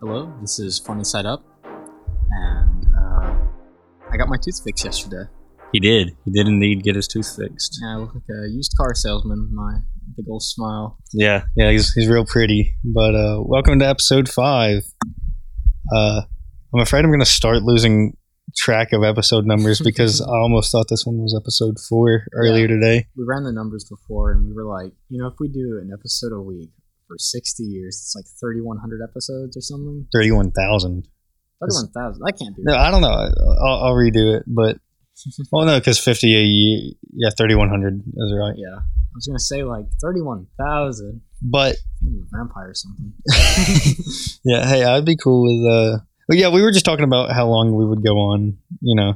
Hello, this is Funny Side Up, and uh, I got my tooth fixed yesterday. He did. He did indeed get his tooth fixed. Yeah, I look like a used car salesman. My big old smile. Yeah, yeah, he's he's real pretty. But uh, welcome to episode five. Uh, I'm afraid I'm going to start losing track of episode numbers because I almost thought this one was episode four earlier today. We ran the numbers before, and we were like, you know, if we do an episode a week for 60 years, it's like 3,100 episodes or something. Thirty-one thousand. 31,000. That can't be. No, Right. I don't know. I'll, I'll redo it, but well, no, because fifty a year. Yeah, thirty-one hundred is right. Yeah, I was gonna say like 31,000. But I'm a vampire or something. yeah, hey, I'd be cool with. uh but yeah, we were just talking about how long we would go on. You know.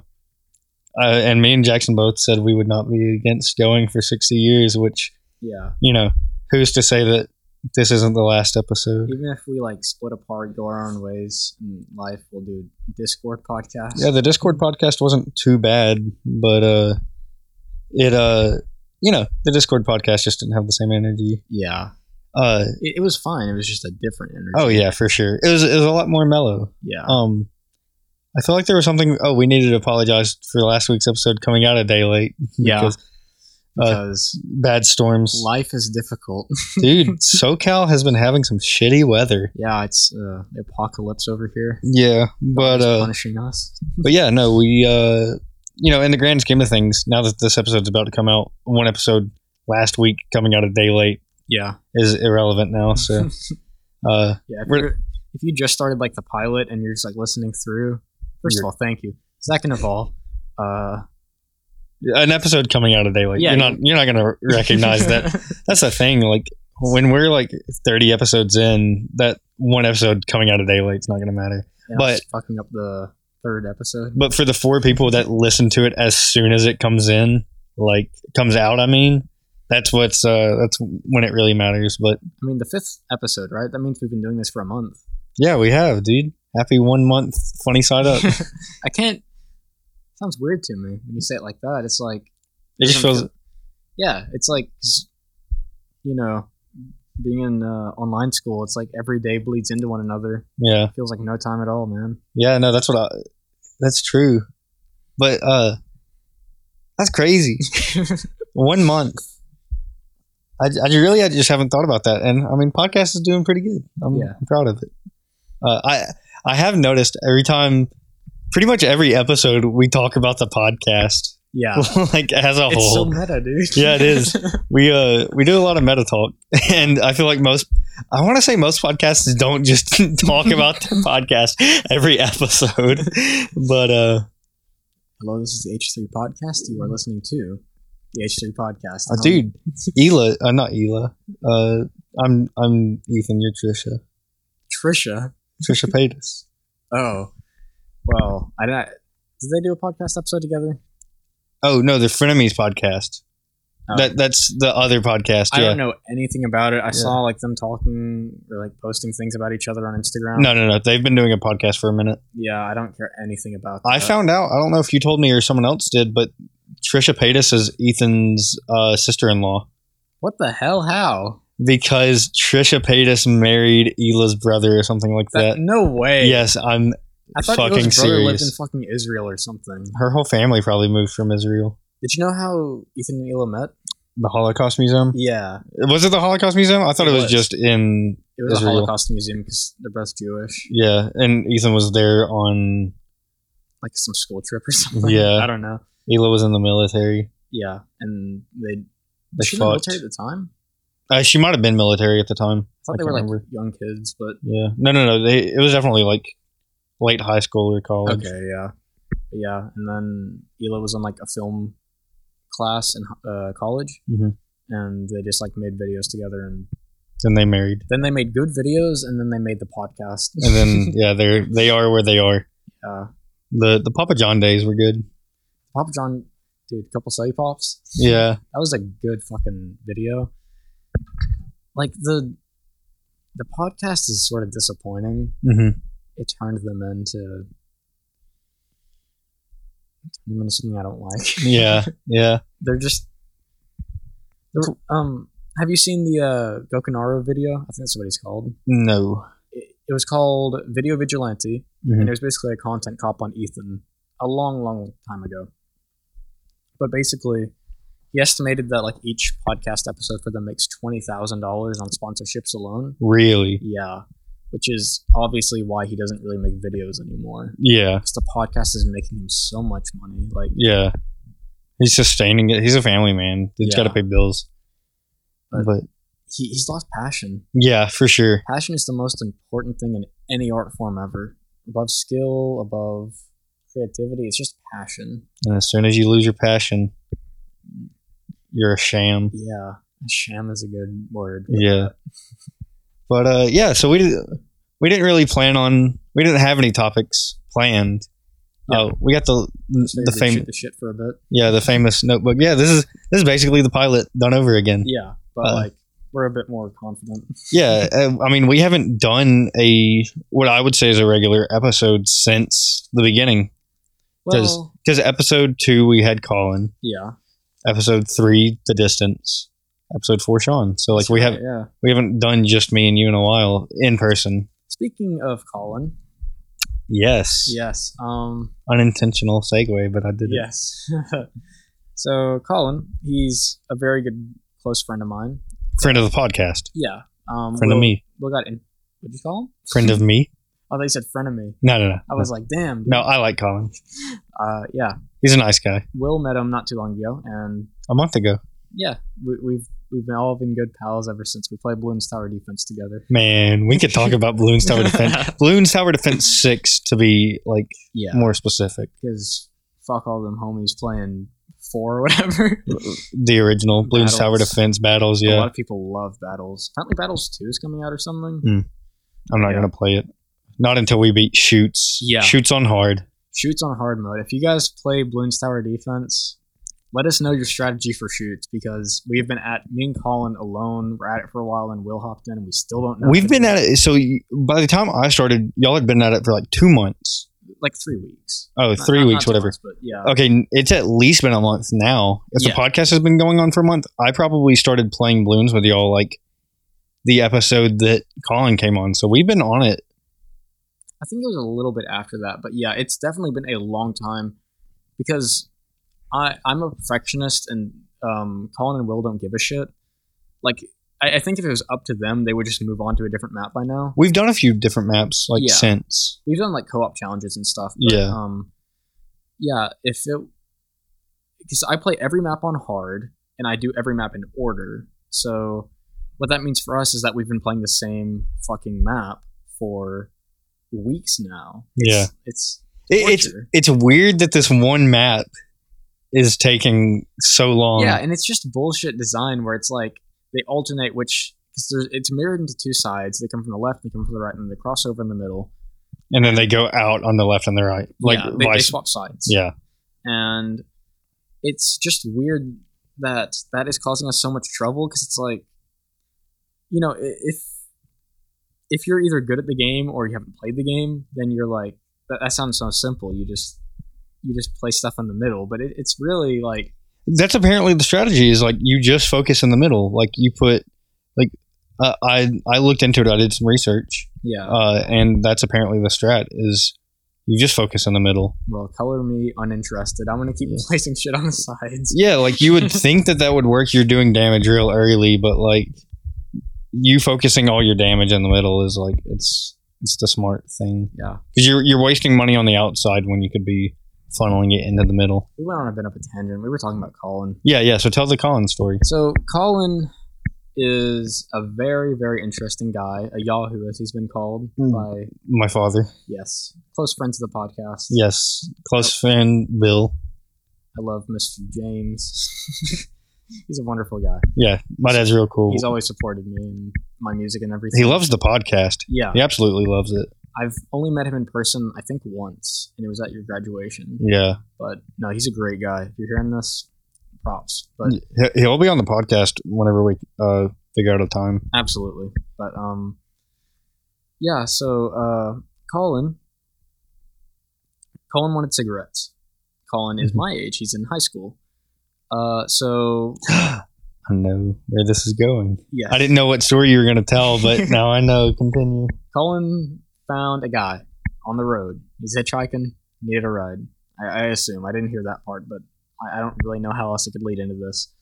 Uh, and me and Jackson both said we would not be against going for 60 years, which Yeah, you know, who's to say that this isn't the last episode? even if we like split apart, go our own ways in life, we'll do Discord podcast. Yeah, the Discord podcast wasn't too bad, but uh it uh you know, the Discord podcast just didn't have the same energy. yeah. Uh It, it was fine. It was just a different energy. oh yeah, for sure. It was it was a lot more mellow. yeah. Um I feel like there was something oh, we needed to apologize for last week's episode coming out a day late. Yeah. because Uh, Because Bad storms. life is difficult. Dude, SoCal has been having some shitty weather. yeah, it's uh, the apocalypse over here. Yeah, but It's uh punishing us. but yeah, no, we, uh, you know, in the grand scheme of things, now that this episode's about to come out, one episode last week coming out a day late Yeah. is irrelevant now. So, uh, Yeah. If, We're- you're- if you just started like the pilot and you're just like listening through, 1st of You're- all, thank you. Second of all, uh, an episode coming out a day late, Yeah, you're not, you're not gonna recognize that. That's the thing. Like when we're like thirty episodes in, that one episode coming out a day late is not gonna matter. Yeah, But- it's fucking up the third episode. But for the four people that listen to it as soon as it comes in, like comes out, I mean, that's what's uh, that's when it really matters. But I mean, the fifth episode, right? That means we've been doing this for a month. Yeah, we have, dude. Happy one month, funny side up. It I can't. Sounds weird to me when you say it like that. It's like just feels yeah it's like 'cause, you know being in uh, online school it's like every day bleeds into one another yeah, it feels like no time at all man yeah. No, that's what I. That's true, but uh, that's crazy. one month. I, I really I just haven't thought about that, and I mean, podcast is doing pretty good. I'm, Yeah. I'm proud of it. Uh, I I have noticed every time, pretty much every episode, we talk about the podcast yeah like as a it's so whole. meta dude Yeah, it is. we uh we do a lot of meta talk and i feel like most i want to say most podcasts don't just talk about their podcast every episode but uh hello this is the h3 podcast you are listening to the h3 podcast uh, dude Ela uh, not Ela uh I'm I'm Ethan you're Trisha trisha Trisha Paytas oh well i don't did they do a podcast episode together oh no the frenemies podcast Oh. that that's the other podcast i yeah don't know anything about it i saw like them talking or like posting things about each other on instagram no no no they've been doing a podcast for a minute yeah i don't care anything about I that. found out I don't know if you told me or someone else did but Trisha Paytas is Ethan's uh, sister-in-law what the hell how because Trisha Paytas married Ela's brother or something like That, that. no way. Yes, I'm. I thought fucking Eagle's brother lived in serious. fucking Israel or something. Her whole family probably moved from Israel. Did you know how Ethan and Ela met? The Holocaust Museum Yeah, was it the Holocaust Museum? I thought It it, was, was. just in it was Israel. a Holocaust museum because they're both Jewish, yeah, and Ethan was there on. like some school trip or something. Yeah. I don't know. Ela was in the military. Yeah, and they They was she in the fought. military at the time. Uh, she might have been military at the time. I thought I they were can't like remember. young kids, but Yeah, no, no, no. They, it was definitely like late high school or college. okay, yeah, But yeah. And then Ela was in like a film class in uh, college, Mhm. and they just like made videos together, and Then they married, then they made good videos, and then they made the podcast. and then yeah, they're they are where they are. uh, The the Papa John days were good. Papa John, dude, couple soy pops. Yeah, that was a good fucking video. Like the the podcast is sort of disappointing. mm-hmm. It turned them into turned them into something I don't like. yeah, yeah. They're just they're- um. Have you seen the uh, Gokunaro video? I think that's what he's called. No. It, it was called Video Vigilante, Mhm. and it was basically a content cop on Ethan a long, long time ago. But basically, he estimated that like each podcast episode for them makes twenty thousand dollars on sponsorships alone. Really? Yeah, which is obviously why he doesn't really make videos anymore. Yeah. Because the podcast is making him so much money. Like, Yeah. He's sustaining it. He's a family man. He's got to Yeah. pay bills. But- But he, he's lost passion. yeah, for sure. Passion is the most important thing in any art form ever. Above skill, above creativity, it's just passion. And as soon as you lose your passion, you're a sham. Yeah, sham is a good word. Yeah. But uh, yeah, so we did, we didn't really plan on. We didn't have any topics planned. Yeah. Oh, we got the the Maybe famous shoot the shit for a bit. yeah the famous notebook. Yeah, this is this is basically the pilot done over again. Yeah, but Uh, like we're a bit more confident. Yeah, uh, I mean we haven't done a what I would say is a regular episode since the beginning does- Well, because episode two we had Colin, yeah, episode three the distance, episode four Sean. So like that's we right, have Yeah. we haven't done just me and you in a while in person. Speaking of Colin, Yes. yes, um, Unintentional segue, but I did it. yes. so Colin, he's a very good close friend of mine. Friend of the podcast. Yeah. Um, Friend of Will- me. Will got in. What'd you call him? Friend of me. Oh, they said friend of me. No, no, no. I was like, damn. Dude. no, I like Colin. Uh, yeah. He's a nice guy. Will met him not too long ago, and A month ago. yeah, we, we've we've been all been good pals ever since. We played Balloons Tower Defense together. Man, we could talk about Balloons Tower Defense. Balloons Tower Defense 6 to be like yeah, more specific. because fuck all them homies playing four or whatever. The original Balloons Tower Battles. Defense battles, A yeah. lot of people love Battles. Apparently, Battles Two is coming out or something. Mm. I'm not Yeah. going to play it. Not until we beat Shoots. Yeah. Shoots on hard. Shoots on hard mode. If you guys play Balloons Tower Defense, let us know your strategy for shoots because we've been at me and Colin alone. We're at it for a while, and Will hopped in, and we still don't know. We've been at it. So y- by the time I started, y'all had been at it for like two months. like three weeks. Oh, Uh, Not- three not- weeks, not too whatever. much, but yeah, okay, n- it's at least been a month now. If Yeah. the podcast has been going on for a month, I probably started playing Bloons with y'all like the episode that Colin came on. So we've been on it. I think it was a little bit after that, but yeah, it's definitely been a long time because I I'm a perfectionist and um, Colin and Will don't give a shit. Like I, I think if it was up to them, they would just move on to a different map by now. We've done a few different maps like Yeah. since. We've done like co-op challenges and stuff. Yeah. Um, yeah, if it because I play every map on hard and I do every map in order. So what that means for us is that we've been playing the same fucking map for weeks now. It's- it's It, it's torture. it's weird that this one map is taking so long. yeah, and it's just bullshit design where it's like they alternate, which cause there's, it's mirrored into two sides. They come from the left, they come from the right, and they cross over in the middle. And then they go out on the left and the right. Like yeah, they, they vice swap sides. Yeah. and it's just weird that that is causing us so much trouble because it's like, you know, i- if if you're either good at the game or you haven't played the game, then you're like that, that sounds so simple. You just you just play stuff in the middle, but it, it's really like that's apparently the strategy is like you just focus in the middle. Like you put like uh, I I looked into it. I did some research. yeah. uh, and that's apparently the strat is you just focus in the middle Well, color me uninterested. I'm gonna keep placing shit on the sides. yeah like you would think that that would work you're doing damage real early but like you focusing all your damage in the middle is like it's it's the smart thing Yeah, because you're, you're wasting money on the outside when you could be funneling it into the middle we went on a bit of a tangent. We were talking about Colin. yeah yeah so tell the colin story So Colin is a very, very interesting guy. A Yahoo, as he's been called Hmm. by my father yes, close friends of the podcast. yes close friend bill I love Mr. James. he's a wonderful guy. yeah my dad's real cool He's always supported me and my music and everything. he loves the podcast Yeah, he absolutely loves it I've only met him in person, I think once, and it was at your graduation. yeah But no, he's a great guy. If you're hearing this, props. But He- He'll be on the podcast whenever we uh, figure out a time. Absolutely. But um yeah, so uh Colin Colin wanted cigarettes. Colin is Mhm. my age, he's in high school. Uh so I know where this is going. yeah. I didn't know what story you were going to tell, but now I know. Continue. Colin found a guy on the road. He's hitchhiking, needed a ride. I, I assume. I didn't hear that part, but I, I don't really know how else it could lead into this.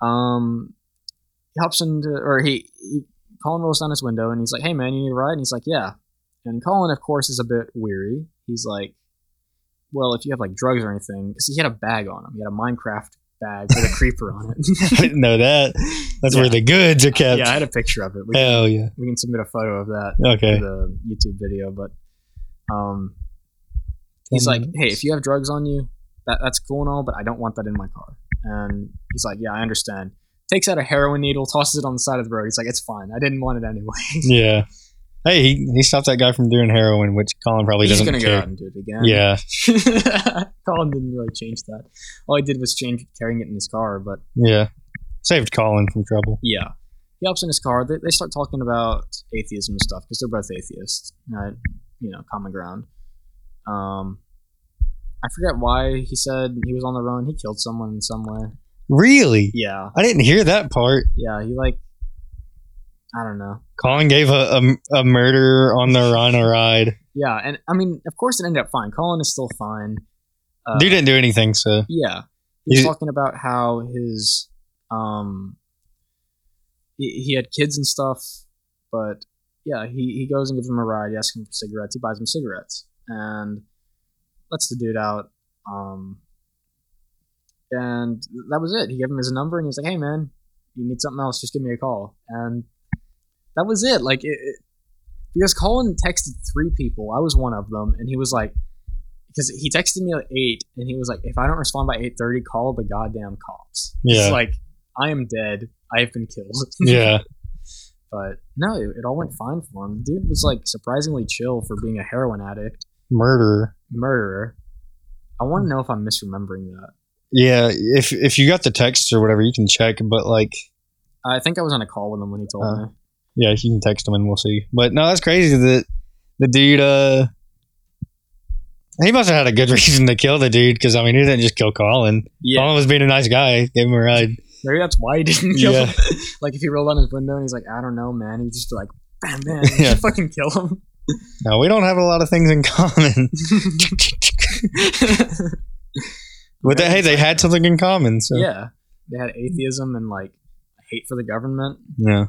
Um, he hops into, or he, he, Colin rolls down his window and he's like, hey man, you need a ride? And he's like, yeah. And Colin, of course, is a bit weary. He's like, well, if you have like drugs or anything, because he had a bag on him, he had a Minecraft bag with a creeper on it. I didn't know that. That's Yeah. where the goods are kept. Yeah, I had a picture of it. We can, Hell yeah. we can submit a photo of that Okay. for the YouTube video, but um, he's like, Ten hey, if you have drugs on you, that, that's cool and all, but I don't want that in my car. And he's like, yeah, I understand. Takes out a heroin needle, tosses it on the side of the road. He's like, it's fine. I didn't want it anyway. Yeah. Hey, he, he stopped that guy from doing heroin, which Colin probably he's doesn't gonna go out care. and do it again. Yeah. Colin didn't really change that. All he did was change carrying it in his car, but Yeah. Saved Colin from trouble. Yeah. He hops in his car. They, they start talking about atheism and stuff because they're both atheists. Right? You know, common ground. Um, I forget why he said he was on the run. He killed someone in some way. Really? Yeah. I didn't hear that part. Yeah. He, like, I don't know. Colin gave a, a, a murderer on the run a ride. Yeah. And I mean, of course it ended up fine. Colin is still fine. Uh, Dude didn't do anything, so. Yeah. He's You- talking about how his um he, he had kids and stuff, but yeah, he, he goes and gives him a ride, he asks him for cigarettes, he buys him cigarettes and lets the dude out. Um and that was it. He gave him his number and he was like, Hey man, you need something else, just give me a call. And that was it. Like it, it because Colin texted three people, I was one of them, and he was like because he texted me at eight, and he was like, "If I don't respond by eight thirty, call the goddamn cops." Yeah. it's like I am dead. I have been killed. Yeah. but no, it, it all went fine for him. The dude was like surprisingly chill for being a heroin addict, Murderer. murderer. I want Hmm. to know if I'm misremembering that. Yeah. If, if you got the text or whatever, you can check, but like, I think I was on a call with him when he told Uh, me. yeah, you can text him and we'll see. But no, that's crazy that the dude, uh, he must have had a good reason to kill the dude because I mean, he didn't just kill Colin. Yeah, Colin was being a nice guy, gave him a ride. maybe that's why he didn't kill Yeah. him. like if he rolled down his window and he's like, "I don't know, man," he'd just be like, "Bam, man, Yeah. fucking kill him." Now, we don't have a lot of things in common. But they, hey, they had something in common. So Yeah, they had atheism and like hate for the government. Yeah.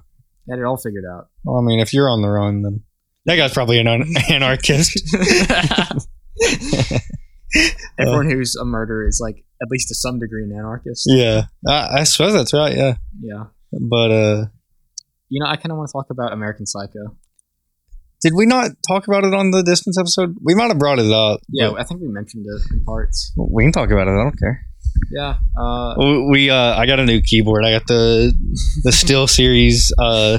They had it all figured out. Well, I mean, if you're on the run, then that guy's probably an an- anarchist. Everyone who's a murderer is like at least to some degree an anarchist. yeah, I, I suppose that's right. Yeah, Yeah. but uh, You know, I kind of want to talk about American Psycho. did we not talk about it on the distance episode? We might have brought it up. Yeah, but I think we mentioned it in parts. we can talk about it. I don't care. Yeah. Uh, We, we, uh, I got a new keyboard. I got the the Steel Series uh,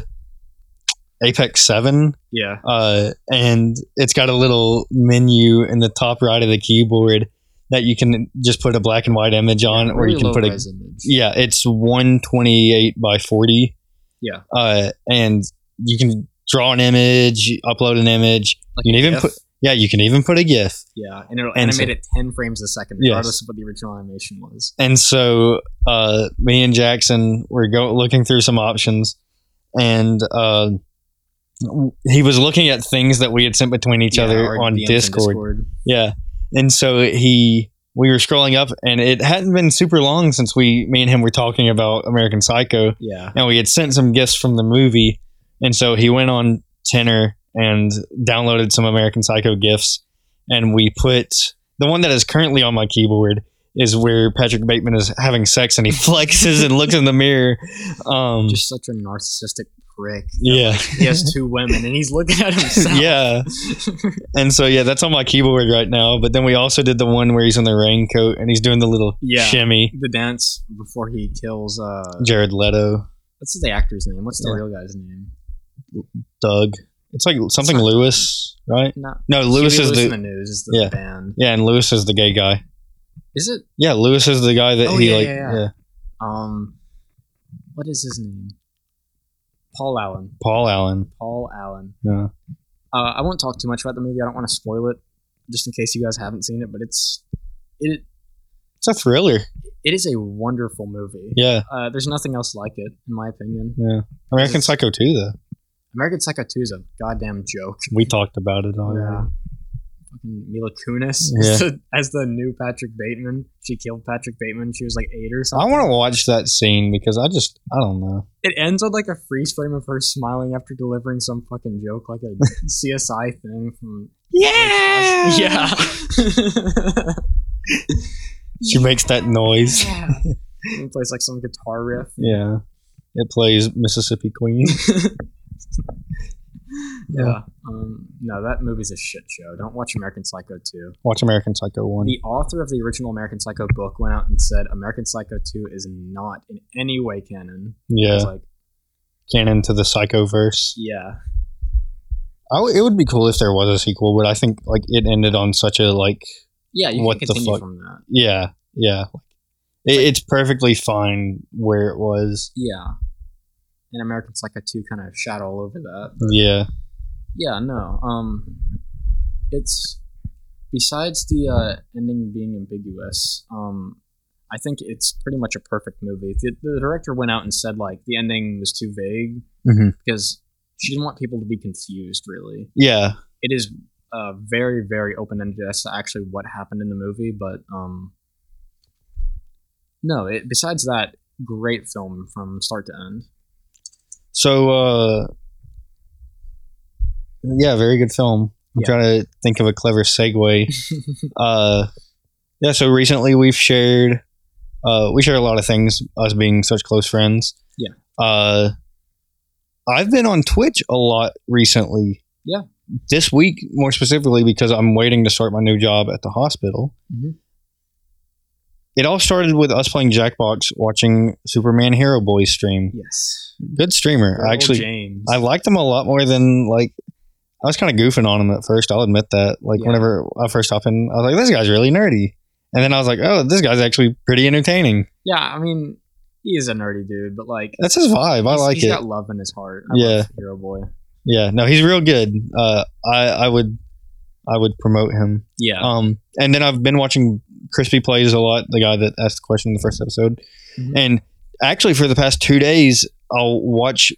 Apex Seven. yeah. uh, and it's got a little menu in the top right of the keyboard that you can just put a black and white image on, or Very you can low put a res image. yeah, it's one twenty eight by forty. Yeah. uh, and you can draw an image, upload an image. Like you can even GIF. put yeah, you can even put a GIF. yeah, and it'll and so- animate it ten frames a second, Yes. regardless of what the original animation was. And so uh, me and Jackson were go- looking through some options, and uh, he was looking at things that we had sent between each Yeah, other or on DMs in Discord. Yeah. And so he we were scrolling up and it hadn't been super long since we me and him were talking about American Psycho Yeah. and we had sent some gifts from the movie. And so he went on Tenor and downloaded some American Psycho gifts and we put the one that is currently on my keyboard is where Patrick Bateman is having sex and he flexes and looks in the mirror. Um Just such a narcissistic prick. yeah. He has two women and he's looking at himself. yeah. And so yeah, that's on my keyboard right now. But then we also did the one where he's in the raincoat and he's doing the little Yeah. shimmy. the dance before he kills uh Jared Leto, what's the actor's name? What's the Yeah. real guy's name? Doug. It's like something not- Lewis, right? Not No, Lewis Huey is Lewis in the the news is the yeah. band. yeah, and Lewis is the gay guy. Is it Yeah, Lewis is the guy that Oh, he yeah, like. yeah, Yeah, yeah. um what is his name? Paul Allen. Paul Allen. Paul Allen. Yeah, Uh, I won't talk too much about the movie. I don't want to spoil it just in case you guys haven't seen it, but it's it it's a thriller. it is a wonderful movie. Yeah, Uh, there's nothing else like it in my opinion. yeah. American It's- Psycho too, though. American Psycho 2 is a goddamn joke. Uh, We talked about it already. Fucking Mila Kunis Oh, Yeah. as, the, as the new Patrick Bateman. She killed Patrick Bateman. She was like eight or I something. want to watch that scene because I just I don't know. it ends with like a freeze frame of her smiling after delivering some fucking joke, like a CSI thing from. Yeah. Yeah. She makes that noise. It plays like some guitar riff. Yeah. It plays Mississippi Queen. Yeah. Um, no, that movie's a shit show. Don't watch American Psycho 2. Watch American Psycho one. The author of the original American Psycho book went out and said American Psycho 2 is not in any way canon. I Yeah. was like, Canon to the Psycho verse. yeah. I w- it would be cool if there was a sequel, but I think like it ended on such a like Yeah, you What the can continue fuck? from that. yeah yeah. It, it's perfectly fine where it was. Yeah. And American Psycho 2 kind of shot all over that. Yeah. Yeah, no. Um, it's besides the uh, ending being ambiguous. Um, I think it's pretty much a perfect movie. The, the director went out and said like the ending was too vague Mhm. because she didn't want people to be confused. Really, Yeah. it is uh, very very open ended as to actually what happened in the movie. But um, no. It, besides that, great film from start to end. So, uh, yeah, very good film. I'm Yeah. trying to think of a clever segue. uh, yeah, so recently we've shared, uh, we share a lot of things, us being such close friends. Yeah. Uh, I've been on Twitch a lot recently. Yeah. This week, more specifically, because I'm waiting to start my new job at the hospital. Mhm. It all started with us playing Jackbox, watching Superman Hero Boy stream. Yes, Good streamer. Earl I actually James. I liked him a lot more than like I was kind of goofing on him at first. I'll admit that. Like Yeah. whenever I first hop in, I was like, "This guy's really nerdy," and then I was like, "Oh, this guy's actually pretty entertaining." Yeah, I mean, he is a nerdy dude, but like, That's his vibe. I he's- like he's it. got love in his heart. I Yeah. love Hero Boy. yeah, no, he's real good. Uh, I I would I would promote him. Yeah, Um, and then I've been watching Crispy plays a lot. The guy that asked the question in the first episode, Mhm. and actually for the past two days, I'll watch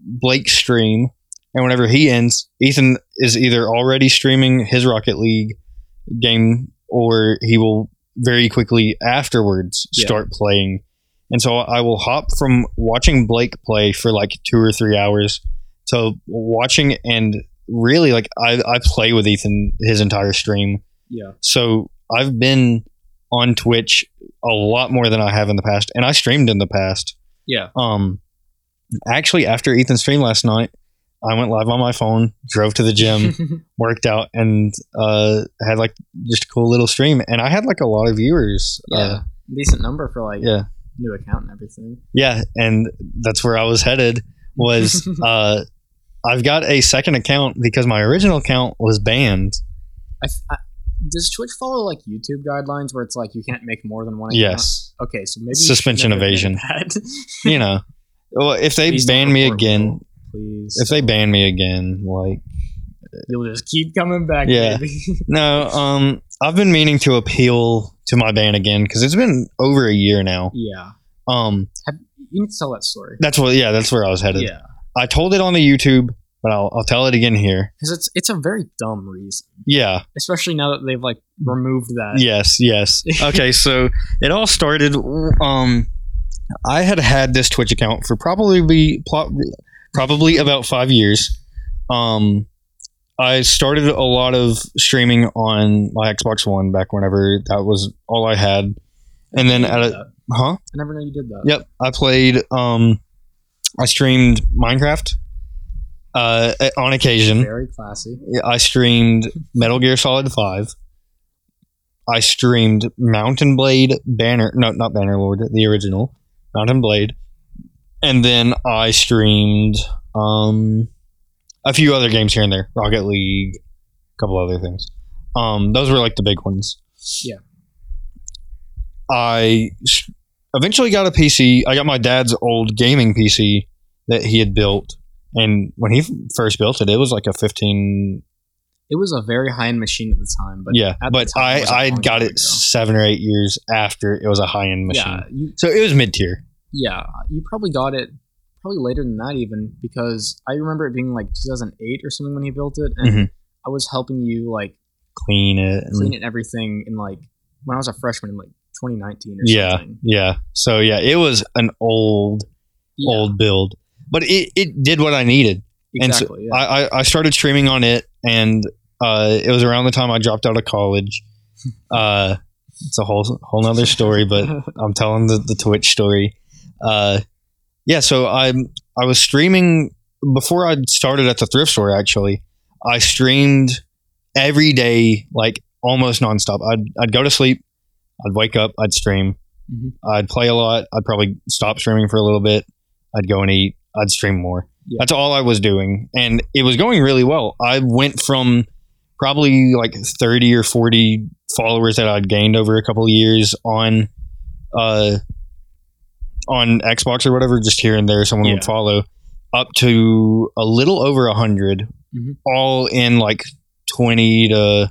Blake stream, and whenever he ends, Ethan is either already streaming his Rocket League game or he will very quickly afterwards Yeah. start playing. And so I will hop from watching Blake play for like two or three hours to watching and really like I, I play with Ethan his entire stream. yeah, So I've been on Twitch a lot more than I have in the past, and I streamed in the past. yeah. Um, actually, after Ethan's stream last night, I went live on my phone, drove to the gym, worked out, and uh, had like just a cool little stream, and I had like a lot of viewers. yeah, Uh, decent number for like yeah, new account and everything. yeah, and that's where I was headed. Was uh, I've got a second account because my original account was banned. I, I, does Twitch follow like YouTube guidelines where it's like you can't make more than one? Account? Yes, Okay, so maybe Suspension you should never evasion. do that. you know, well, if they Please don't ban me report again, people, please. if they ban me again, like You'll just keep coming back, Yeah. baby. no, um, I've been meaning to appeal to my ban again because it's been over a year now. yeah, Um, you need to tell that story. that's what. Yeah, that's where I was headed. Yeah, I told it on the YouTube, but I'll, I'll tell it again here. because it's it's a very dumb reason, Yeah. especially now that they've like removed that. Yes. Yes. Okay. So it all started. Um, I had had this Twitch account for probably be plo- probably about five years. Um, I started a lot of streaming on my Xbox One back whenever that was all I had, and then at a I huh. never knew you did that. Yep, I played. Um, I streamed Minecraft. Uh, on occasion, Very classy. I streamed Metal Gear Solid Five. I streamed Mountain Blade Banner. No, not Bannerlord, the original Mountain Blade, and then I streamed um, a few other games here and there, Rocket League, a couple other things. Um, those were like the big ones. Yeah. I s- eventually got a PC. I got my dad's old gaming PC that he had built, and when he f- first built it, it was like a fifteen. It was a very high end machine at the time, but yeah, at the time, but it I wasn't I long had got ago. it seven or eight years after it was a high end machine, Yeah, you so it was mid tier. yeah you probably got it probably later than that even because I remember it being like 2008 or something when he built it, and Mhm. I was helping you like Clean it. and- clean it and everything in like when I was a freshman in like 2019 or yeah, something. yeah. So yeah, it was an old, Yeah, old build, but it, it did what I needed. and so- exactly. yeah. I, I, I started streaming on it, and uh, it was around the time I dropped out of college. Uh, it's a whole whole nother story, but I'm telling the, the Twitch story. Uh, yeah, so I am I was streaming before I started at the thrift store. Actually, I streamed every day, like almost nonstop. I'd I'd go to sleep, I'd wake up, I'd stream, Mhm. I'd play a lot, I'd probably stop streaming for a little bit, I'd go and eat, I'd stream more. Yeah. That's all I was doing, and it was going really well. I went from probably like 30 or 40 followers that I'd gained over a couple of years on uh on Xbox or whatever, just here and there someone Yeah. would follow up to a little over 100 Mhm. all in like 20 to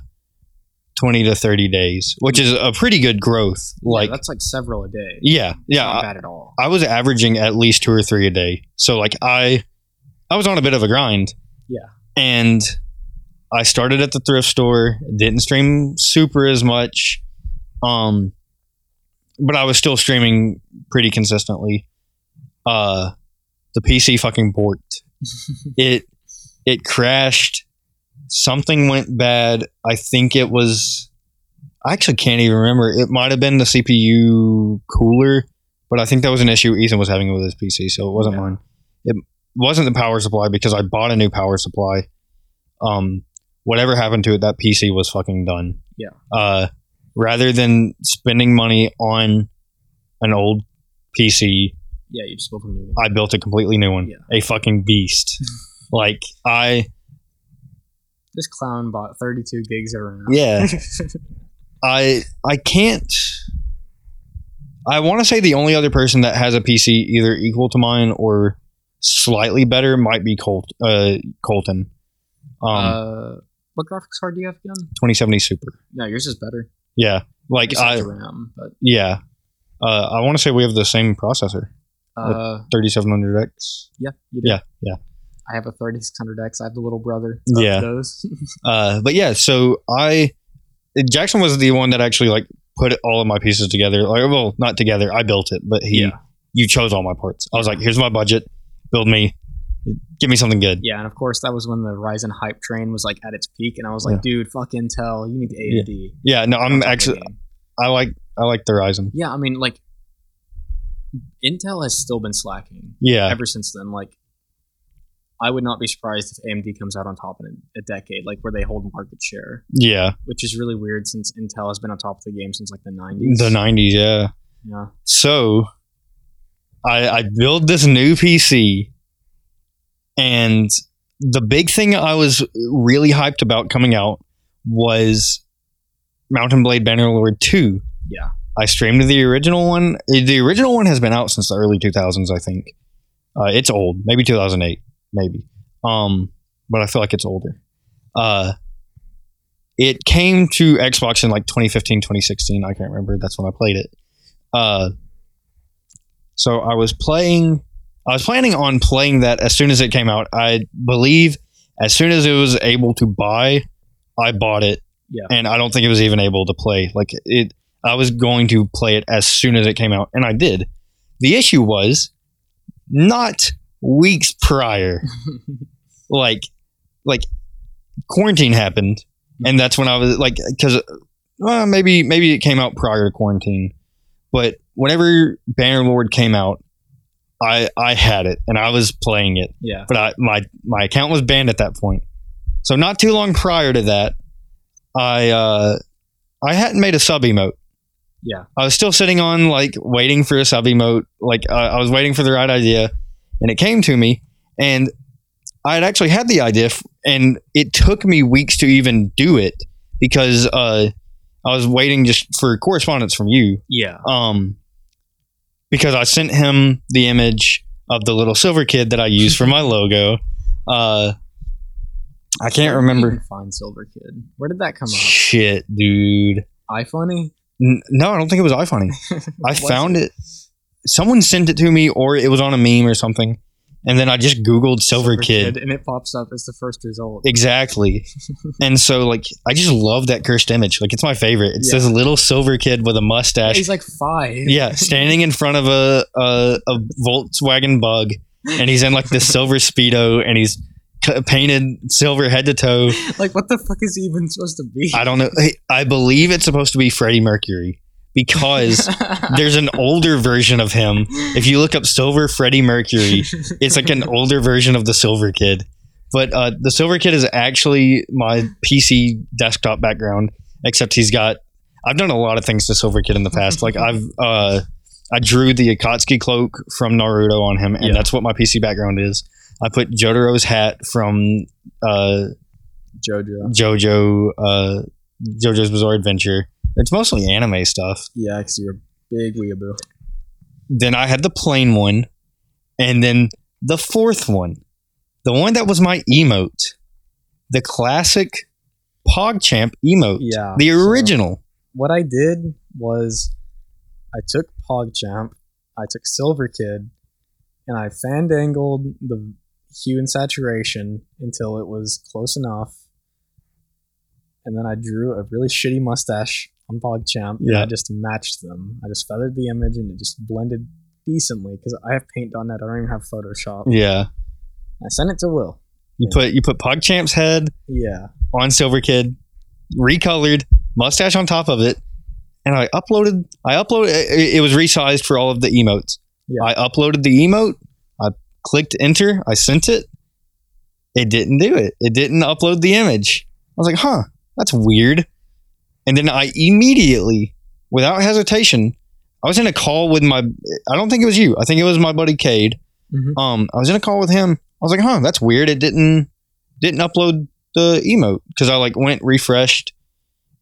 20 to 30 days, which is a pretty good growth. Like yeah, that's like several a day. yeah, It's yeah, not I, bad at all. I was averaging at least 2 or 3 a day. So like I I was on a bit of a grind. Yeah. And I started at the thrift store, didn't stream super as much. Um but I was still streaming pretty consistently. Uh the PC fucking borked. it it crashed. Something went bad. I think it was I actually can't even remember. It might have been the CPU cooler, but I think that was an issue Ethan was having with his PC, so it wasn't Yeah. mine. It wasn't the power supply because I bought a new power supply. Um whatever happened to it, that PC was fucking done. Yeah. Uh rather than spending money on an old PC, yeah, you just built a new one. I built a completely new one. Yeah. A fucking beast. like I this clown bought 32 gigs of RAM. yeah, I I can't I want to say the only other person that has a PC either equal to mine or slightly better might be Colt uh Colton. Um uh, what graphics card do you have again? 2070 Super. No, yours is better. Yeah. Like Yours has I RAM, but yeah. Uh, I want to say we have the same processor, uh, 3700X. yeah, you do. Yeah, yeah. I have a 3600X. I have the little brother. of Yeah. those. Uh, but yeah, so I Jackson was the one that actually like put all of my pieces together. Like, well, not together. I built it, but he Yeah. you chose all my parts. I was like, here's my budget. Build me, give me something good. yeah, and of course that was when the Ryzen hype train was like at its peak, and I was like, Yeah. dude, fuck Intel. You need Yeah. AMD. Yeah. Yeah, no, I'm actually I like I like the Ryzen. Yeah, I mean, like Intel has still been slacking Yeah, ever since then. Like, I would not be surprised if AMD comes out on top in a decade, like where they hold market share. yeah, which is really weird since Intel has been on top of the game since like the 90s. the '90s. Yeah, yeah. so I I build this new PC, and the big thing I was really hyped about coming out was Mountain Blade Bannerlord Two. Yeah. I streamed the original one. The original one has been out since the early 2000s, I think. Uh, it's old, maybe 2008, maybe. Um, but I feel like it's older. Uh, it came to Xbox in like 2015, 2016. I can't remember. That's when I played it. Uh, so I was playing. I was planning on playing that as soon as it came out. I believe as soon as it was able to buy, I bought it. Yeah. And I don't think it was even able to play. Like it, I was going to play it as soon as it came out, and I did. The issue was not weeks prior. like, like quarantine happened, and that's when I was like, because well, maybe maybe it came out prior to quarantine, but whenever Bannerlord came out, I I had it and I was playing it yeah. but I, my my account was banned at that point. So not too long prior to that, I uh, I hadn't made a sub emote. Yeah. I was still sitting on like waiting for a sub emote. Like uh, I was waiting for the right idea, and it came to me, and I had actually had the idea, f- and it took me weeks to even do it because uh, I was waiting just for correspondence from you Yeah. um, because I sent him the image of the little silver kid that I use for my logo. Uh, I can't remember. Fine Silver Kid. Where did that come up? Shit, dude. iFunny? N- no, I don't think it was iFunny. I Was found it? Someone sent it to me, or it was on a meme or something. and then I just Googled Silver, Kid. and it pops up as the first result. Exactly. and so like I just love that cursed image. Like it's my favorite. It's Yeah. this little silver kid with a mustache. He's like five. yeah, standing in front of a, a a Volkswagen Bug, and he's in like this silver speedo, and he's c- painted silver head to toe. Like, what the fuck is he even supposed to be? I don't know. Hey, I believe it's supposed to be Freddie Mercury because there's an older version of him. If you look up Silver Freddie Mercury, it's like an older version of the Silver Kid. But uh, the Silver Kid is actually my PC desktop background, except he's got. I've done a lot of things to Silver Kid in the past. Like I've, uh, I drew the Akatsuki cloak from Naruto on him, and Yeah. that's what my PC background is. I put Jotaro's hat from uh, JoJo. JoJo, uh, JoJo's Bizarre Adventure. It's mostly anime stuff Yeah, because you're a big weeaboo. then I had the plain one, and then the fourth one, the one that was my emote, the classic PogChamp emote, Yeah. the so- original. what I did was I took PogChamp, I took Silver Kid, and I fandangled the hue and saturation until it was close enough. And then I drew a really shitty mustache on PogChamp. And Yeah. I just matched them. I just feathered the image and it just blended decently because I have paint on that. I don't even have Photoshop. Yeah, I sent it to Will. you put you put PogChamp's head Yeah. on Silver Kid, recolored mustache on top of it, and I uploaded. I uploaded. It, it was resized for all of the emotes. Yeah. I uploaded the emote. I clicked enter. I sent it. It didn't do it. It didn't upload the image. I was like, huh, that's weird. And then I immediately, without hesitation, I was in a call with my. I don't think it was you. I think it was my buddy Cade. Mhm. Um, I was in a call with him. I was like, huh, that's weird. It didn't didn't upload the emote because I like went refreshed,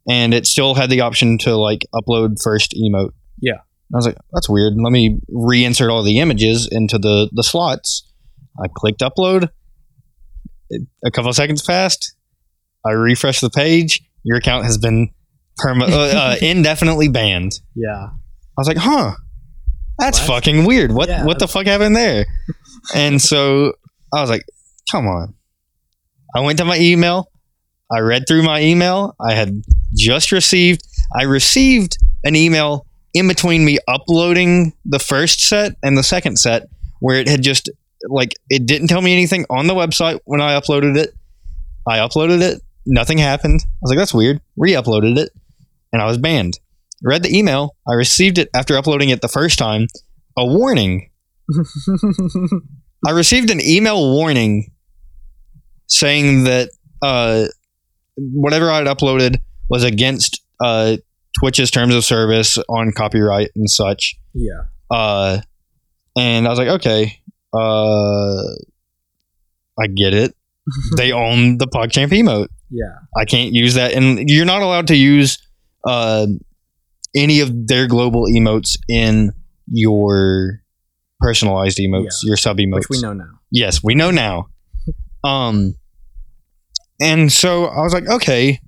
and it still had the option to like upload first emote. Yeah. I was like, that's weird. Let me reinsert all the images into the the slots. I clicked upload. It- A couple of seconds passed. I refreshed the page. Your account has been perma- uh, uh, indefinitely banned. Yeah. I was like, huh, that's What? fucking weird. What Yeah, what the fuck happened there? And so I was like, come on. I went to my email. I read through my email. I had just received. I received an email in between me uploading the first set and the second set, where it had just like it didn't tell me anything on the website when I uploaded it. I uploaded it. Nothing happened. I was like, that's weird. Re-uploaded it, and I was banned read the email. I received it after uploading it the first time. A warning. I received an email warning saying that uh, whatever I had uploaded was against uh, Twitch's terms of service on copyright and such. yeah. Uh, and I was like, okay, uh, I get it. they own the PogChamp emote. Yeah. I can't use that. And you're not allowed to use uh, any of their global emotes in your personalized emotes, your sub emotes. Which we know now. Yes, we know now. Um, and so I was like, okay,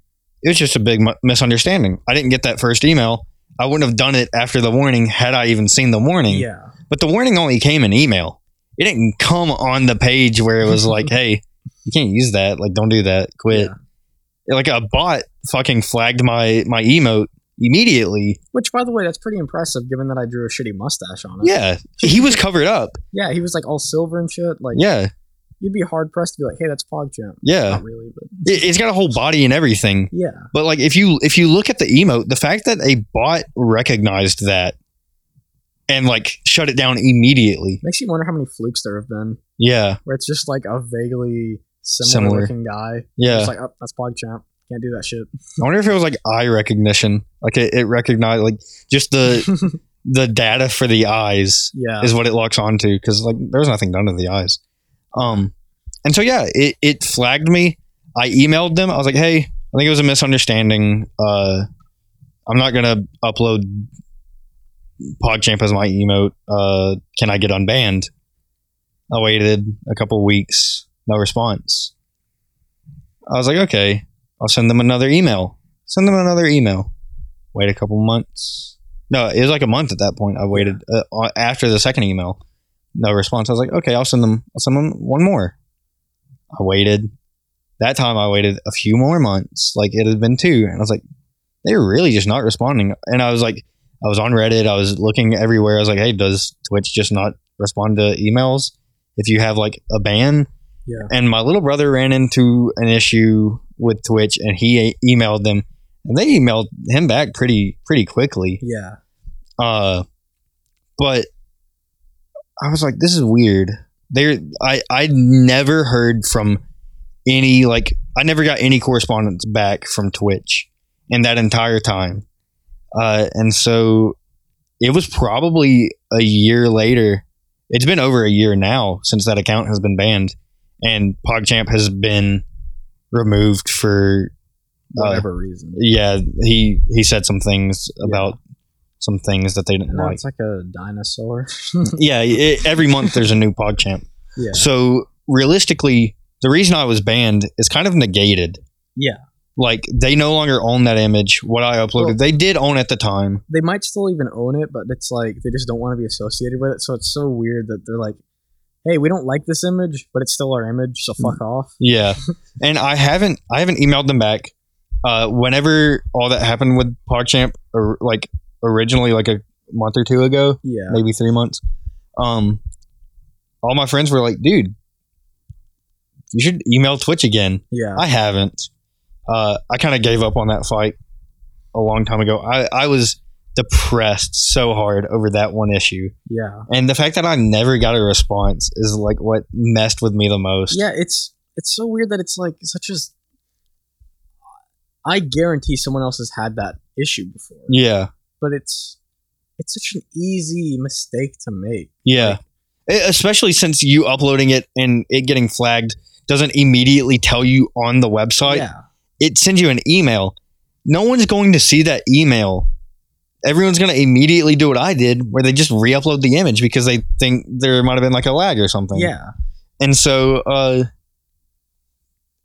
it was just a big mu- misunderstanding. I didn't get that first email. I wouldn't have done it after the warning had I even seen the warning. Yeah. But the warning only came in email. It didn't come on the page where it was like, hey, you can't use that. Like, don't do that. Quit. Like, a bot fucking flagged my, my emote immediately. Which, by the way, that's pretty impressive given that I drew a shitty mustache on it. Yeah. He was covered up. Yeah, he was like all silver and shit. Like, Yeah. you'd be hard pressed to be like, hey, that's PogChamp. Yeah. Not really, but It, it's got a whole body and everything. yeah. But like if you if you look at the emote, the fact that a bot recognized that and like shut it down immediately. Makes you wonder how many flukes there have been Yeah. where it's just like a vaguely similar, Similar. looking guy. Yeah. Just like, oh, that's PogChamp. Can't do that shit. I wonder if it was like eye recognition. Like it, it recognized like just the the data for the eyes yeah. is what it locks onto because like there's nothing done to the eyes. Um, and so yeah, it it flagged me. I emailed them. I was like, hey, I think it was a misunderstanding. Uh, I'm not gonna upload PogChamp as my emote. Uh, can I get unbanned? I waited a couple weeks, no response. I was like, okay, I'll send them another email. Send them another email. Wait a couple months. No, it was like a month at that point. I waited uh, on- after the second email. No response. I was like, okay, I'll send them. I'll send them one more. I waited. That time I waited a few more months. Like it had been two, and I was like, they're really just not responding. And I was like, I was on Reddit. I was looking everywhere. I was like, hey, does Twitch just not respond to emails if you have like a ban? Yeah. And my little brother ran into an issue with Twitch, and he e-, emailed them, and they emailed him back pretty pretty quickly. Yeah. Uh, but I was like, this is weird. There, I I never heard from any like I never got any correspondence back from Twitch in that entire time, uh, and so it was probably a year later. It's been over a year now since that account has been banned, and PogChamp has been removed for Whatever reason. yeah he he said some things about some things that they didn't No, like. it's like a dinosaur. yeah, it, every month there's a new PogChamp. yeah. So realistically, the reason I was banned is kind of negated. Yeah. Like they no longer own that image. What I uploaded, Well- they did own at the time. They might still even own it, but it's like they just don't want to be associated with it. So it's so weird that they're like, hey, we don't like this image, but it's still our image, so Mm-hmm. fuck off. Yeah, and I haven't I haven't emailed them back. Uh, whenever all that happened with PogChamp, or like originally like a month or two ago, Yeah. maybe three months. Um, all my friends were like, "Dude, you should email Twitch again." Yeah. I haven't. Uh, I kind of gave up on that fight a long time ago. I, I was depressed so hard over that one issue, Yeah. and the fact that I never got a response is like what messed with me the most. Yeah, it's it's so weird that it's like such as I guarantee someone else has had that issue before. Yeah, But it's it's such an easy mistake to make. yeah. E- especially since you uploading it and it getting flagged doesn't immediately tell you on the website. yeah. it sends you an email. No one's going to see that email. Everyone's going to immediately do what I did, where they just re-upload the image because they think there might have been like a lag or something. Yeah. and so uh,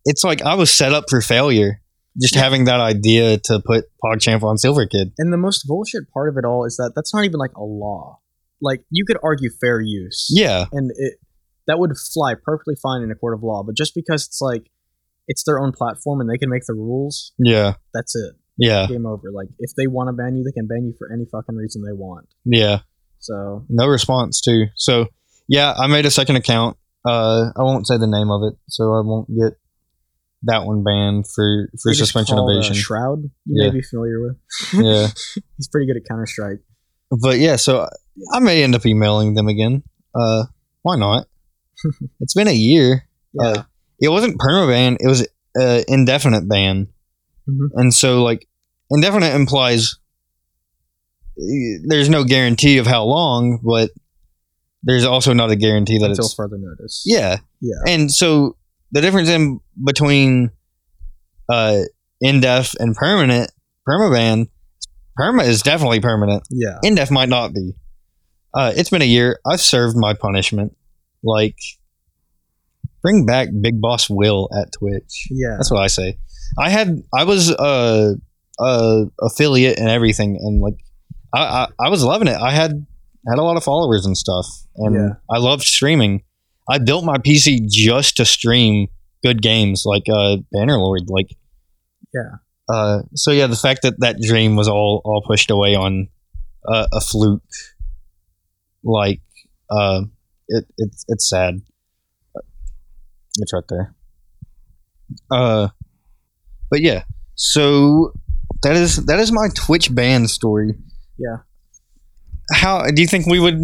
it's like I was set up for failure just having that idea to put PogChamp on Silver Kid. And the most bullshit part of it all is that that's not even like a law. Like you could argue fair use. Yeah, And it that would fly perfectly fine in a court of law, but just because it's like it's their own platform and they can make the rules, yeah, that's it. yeah, Game over. Like if they want to ban you, they can ban you for any fucking reason they want. yeah. So No response too. So yeah, I made a second account. Uh, I won't say the name of it, so I won't get that one banned for for It is suspension called, uh, evasion. Shroud, you Yeah. may be familiar with. yeah. He's pretty good at Counter Strike. but yeah, so I may end up emailing them again. Uh, why not? it's been a year. Yeah. Uh, It wasn't permaban; it was uh, indefinite ban. Mhm. And so, like, indefinite implies eh, there's no guarantee of how long, but there's also not a guarantee that until it's further notice. yeah, Yeah. and so the difference in between uh, indef and permanent permaban perma is definitely permanent Yeah. Indef might not be. Uh, it's been a year. I've served my punishment. Like, bring back Big Boss Will at Twitch. Yeah. That's what I say. I had I was uh, uh affiliate and everything, and like I, I I was loving it. I had had a lot of followers and stuff, and Yeah. I loved streaming. I built my PC just to stream good games like uh Bannerlord. Like, Yeah. Uh, so yeah, the fact that that dream was all all pushed away on uh, a fluke, like uh, it, it's it's sad. It's right there. Uh, but yeah, so that is that is my Twitch ban story. Yeah. How do you think we would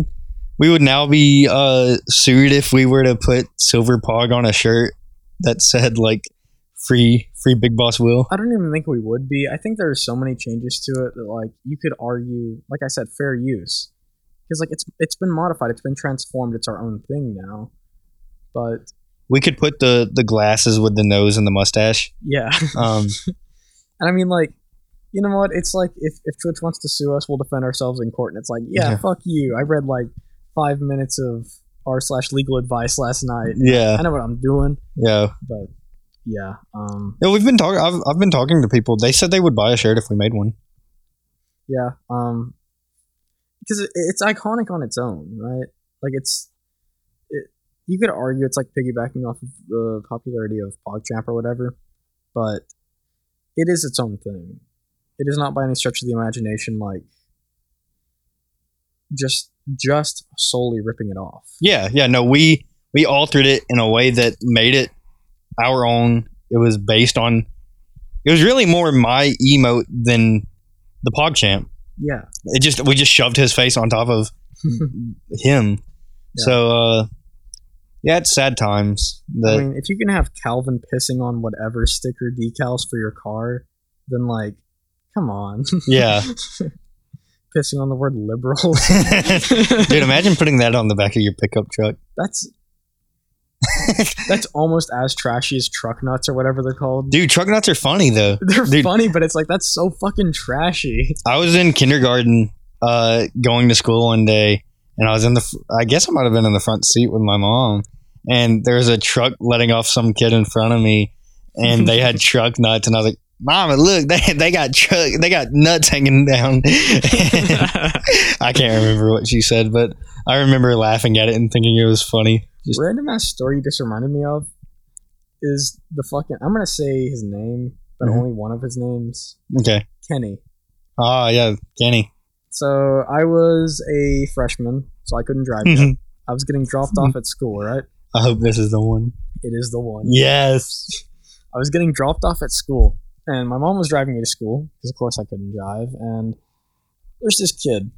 we would now be uh, sued if we were to put Silver Pog on a shirt that said like free free Big Boss Will? I don't even think we would be. I think there are so many changes to it that like you could argue, like I said, fair use, because like it's it's been modified, it's been transformed, it's our own thing now. But We could put the the glasses with the nose and the mustache. yeah, Um, and I mean like. You know what? It's like if, if Twitch wants to sue us, we'll defend ourselves in court. And it's like, yeah, Yeah. fuck you. I read like five minutes of r slash legal advice last night. yeah, I know what I'm doing. yeah. but yeah, um, No, we've been talking. I've, I've been talking to people. They said they would buy a shirt if we made one. yeah, um, because it, it's iconic on its own, right? Like it's you could argue it's like piggybacking off of the popularity of PogChamp or whatever, but it is its own thing. It is not by any stretch of the imagination like just just solely ripping it off. Yeah, yeah. No, we we altered it in a way that made it our own. It was based on. It was really more my emote than the PogChamp. Yeah. Hmm. It just we just shoved his face on top of him. Yeah. So uh, yeah, it's sad times. That I mean, if you can have Calvin pissing on whatever sticker decals for your car, then like, come on. yeah, pissing on the word liberal. dude. Imagine putting that on the back of your pickup truck. that's that's almost as trashy as truck nuts or whatever they're called. Dude, truck nuts are funny though. They're Dude. funny, but it's like that's so fucking trashy. I was in kindergarten, uh, going to school one day, and I was in the. fr- I guess I might have been in the front seat with my mom, and there was a truck letting off some kid in front of me, and they had truck nuts, and I was like, "Mama, look, they they got truck, they got nuts hanging down." I can't remember what she said, but I remember laughing at it and thinking it was funny. Just, Random ass story you just reminded me of is the fucking I'm gonna say his name, but Mhm. only one of his names. okay. Kenny. Oh yeah, Kenny. So I was a freshman, so I couldn't drive yet. I I was getting dropped off at school, right? hope this is the one. It is the one. Yes. I was getting dropped off at school, and my mom was driving me to school because, of course, I couldn't drive. And there's this kid.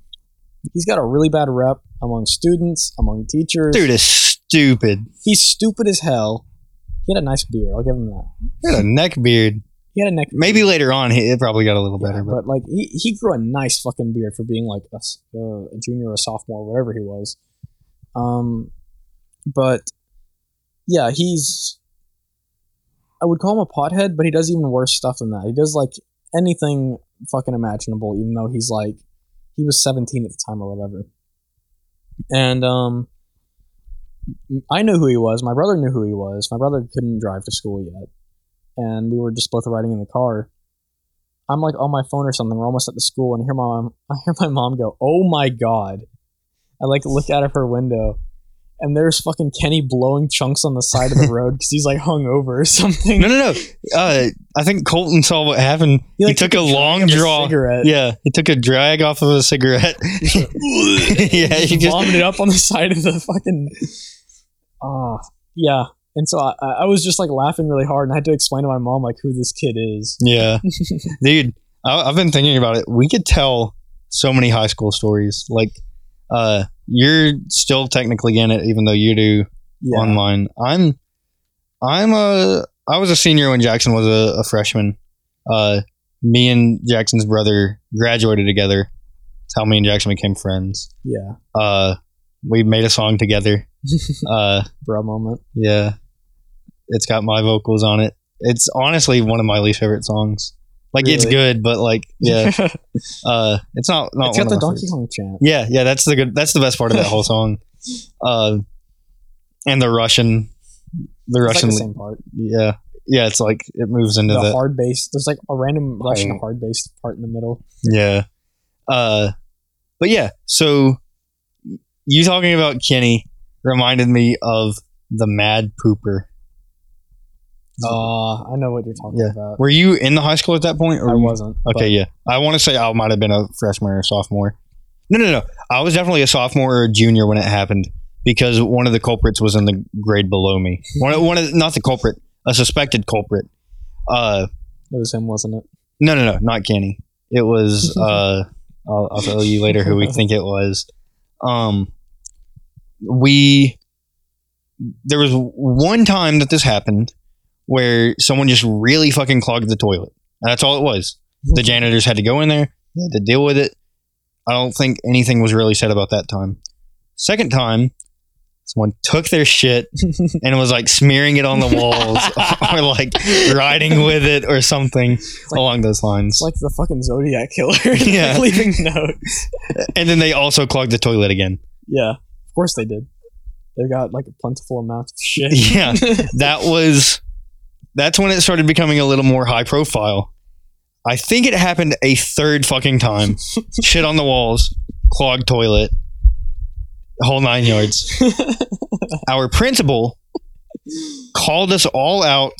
He's got a really bad rep among students, among teachers. Dude is stupid. He's stupid as hell. He had a nice beard. I'll give him that. He had a neck beard. He had a neck. Maybe later on, he, it probably got a little Yeah, better. But but like he, he grew a nice fucking beard for being like a, s- uh, a junior or a sophomore, whatever he was. Um, but yeah, he's I would call him a pothead, but he does even worse stuff than that. He does like anything fucking imaginable, even though he's like he was 17 at the time or whatever. And um, I knew who he was. My brother knew who he was. My brother couldn't drive to school yet, and we were just both riding in the car. I'm like on my phone or something. We're almost at the school, and I hear my mom. I hear my mom go, "Oh my god!" I like look out of her window, and there's fucking Kenny blowing chunks on the side of the road because he's like hung over or something. no, no, no. Uh, I think Colton saw what happened. He, like, took, a long Of a draw. cigarette. Yeah, he took a drag off of a cigarette. yeah, he just just vomited up on the side of the fucking. Ah, yeah. And so I, I was just like laughing really hard, and I had to explain to my mom like who this kid is. yeah, dude. I, I've been thinking about it. We could tell so many high school stories. Like, uh, you're still technically in it, even though you do Yeah, online. I'm I'm a I was a senior when Jackson was a, a freshman. Uh, me and Jackson's brother graduated together. That's how me and Jackson became friends. yeah, Uh, we made a song together. Uh, bro moment. yeah, it's got my vocals on it. It's honestly one of my least favorite songs. Like it's Really? good, but like yeah, uh, it's not not. it's one got the of my Donkey favorites. Kong chant. Yeah, yeah, that's the good. That's the best part of that whole song. Uh, and the Russian, It's the like Russian, the same part. yeah, yeah. It's like it moves into the the, hard bass. There's like a random Russian Right. hard bass part in the middle. yeah. Uh, but yeah, so you talking about Kenny reminded me of the Mad Pooper. Uh, I know what you're talking Oh. Yeah. about. Were you in the high school at that point? Or I were you- wasn't. Okay, yeah. I want to say I might have been a freshman or sophomore. No, no, no. I was definitely a sophomore or a junior when it happened because one of the culprits was in the grade below me. One, of- one of the- not the culprit, a suspected culprit. Uh, but It was him, wasn't it? no, no, no, not Kenny. It was. Uh, I'll, I'll tell you later who we think it was. Um, we there was one time that this happened where someone just really fucking clogged the toilet. That's all it was the janitors had to go in there they had to deal with it i don't think anything was really said about that time second time someone took their shit and was like smearing it on the walls or like riding with it or something like- along those lines It's like the fucking Zodiac killer. like, Yeah. leaving notes. and then they also clogged the toilet again Yeah, of course they did. They got like a plentiful amount of shit. yeah that was that's when it started becoming a little more high profile i think it happened a third fucking time shit on the walls clogged toilet whole nine yards. Our principal called us all out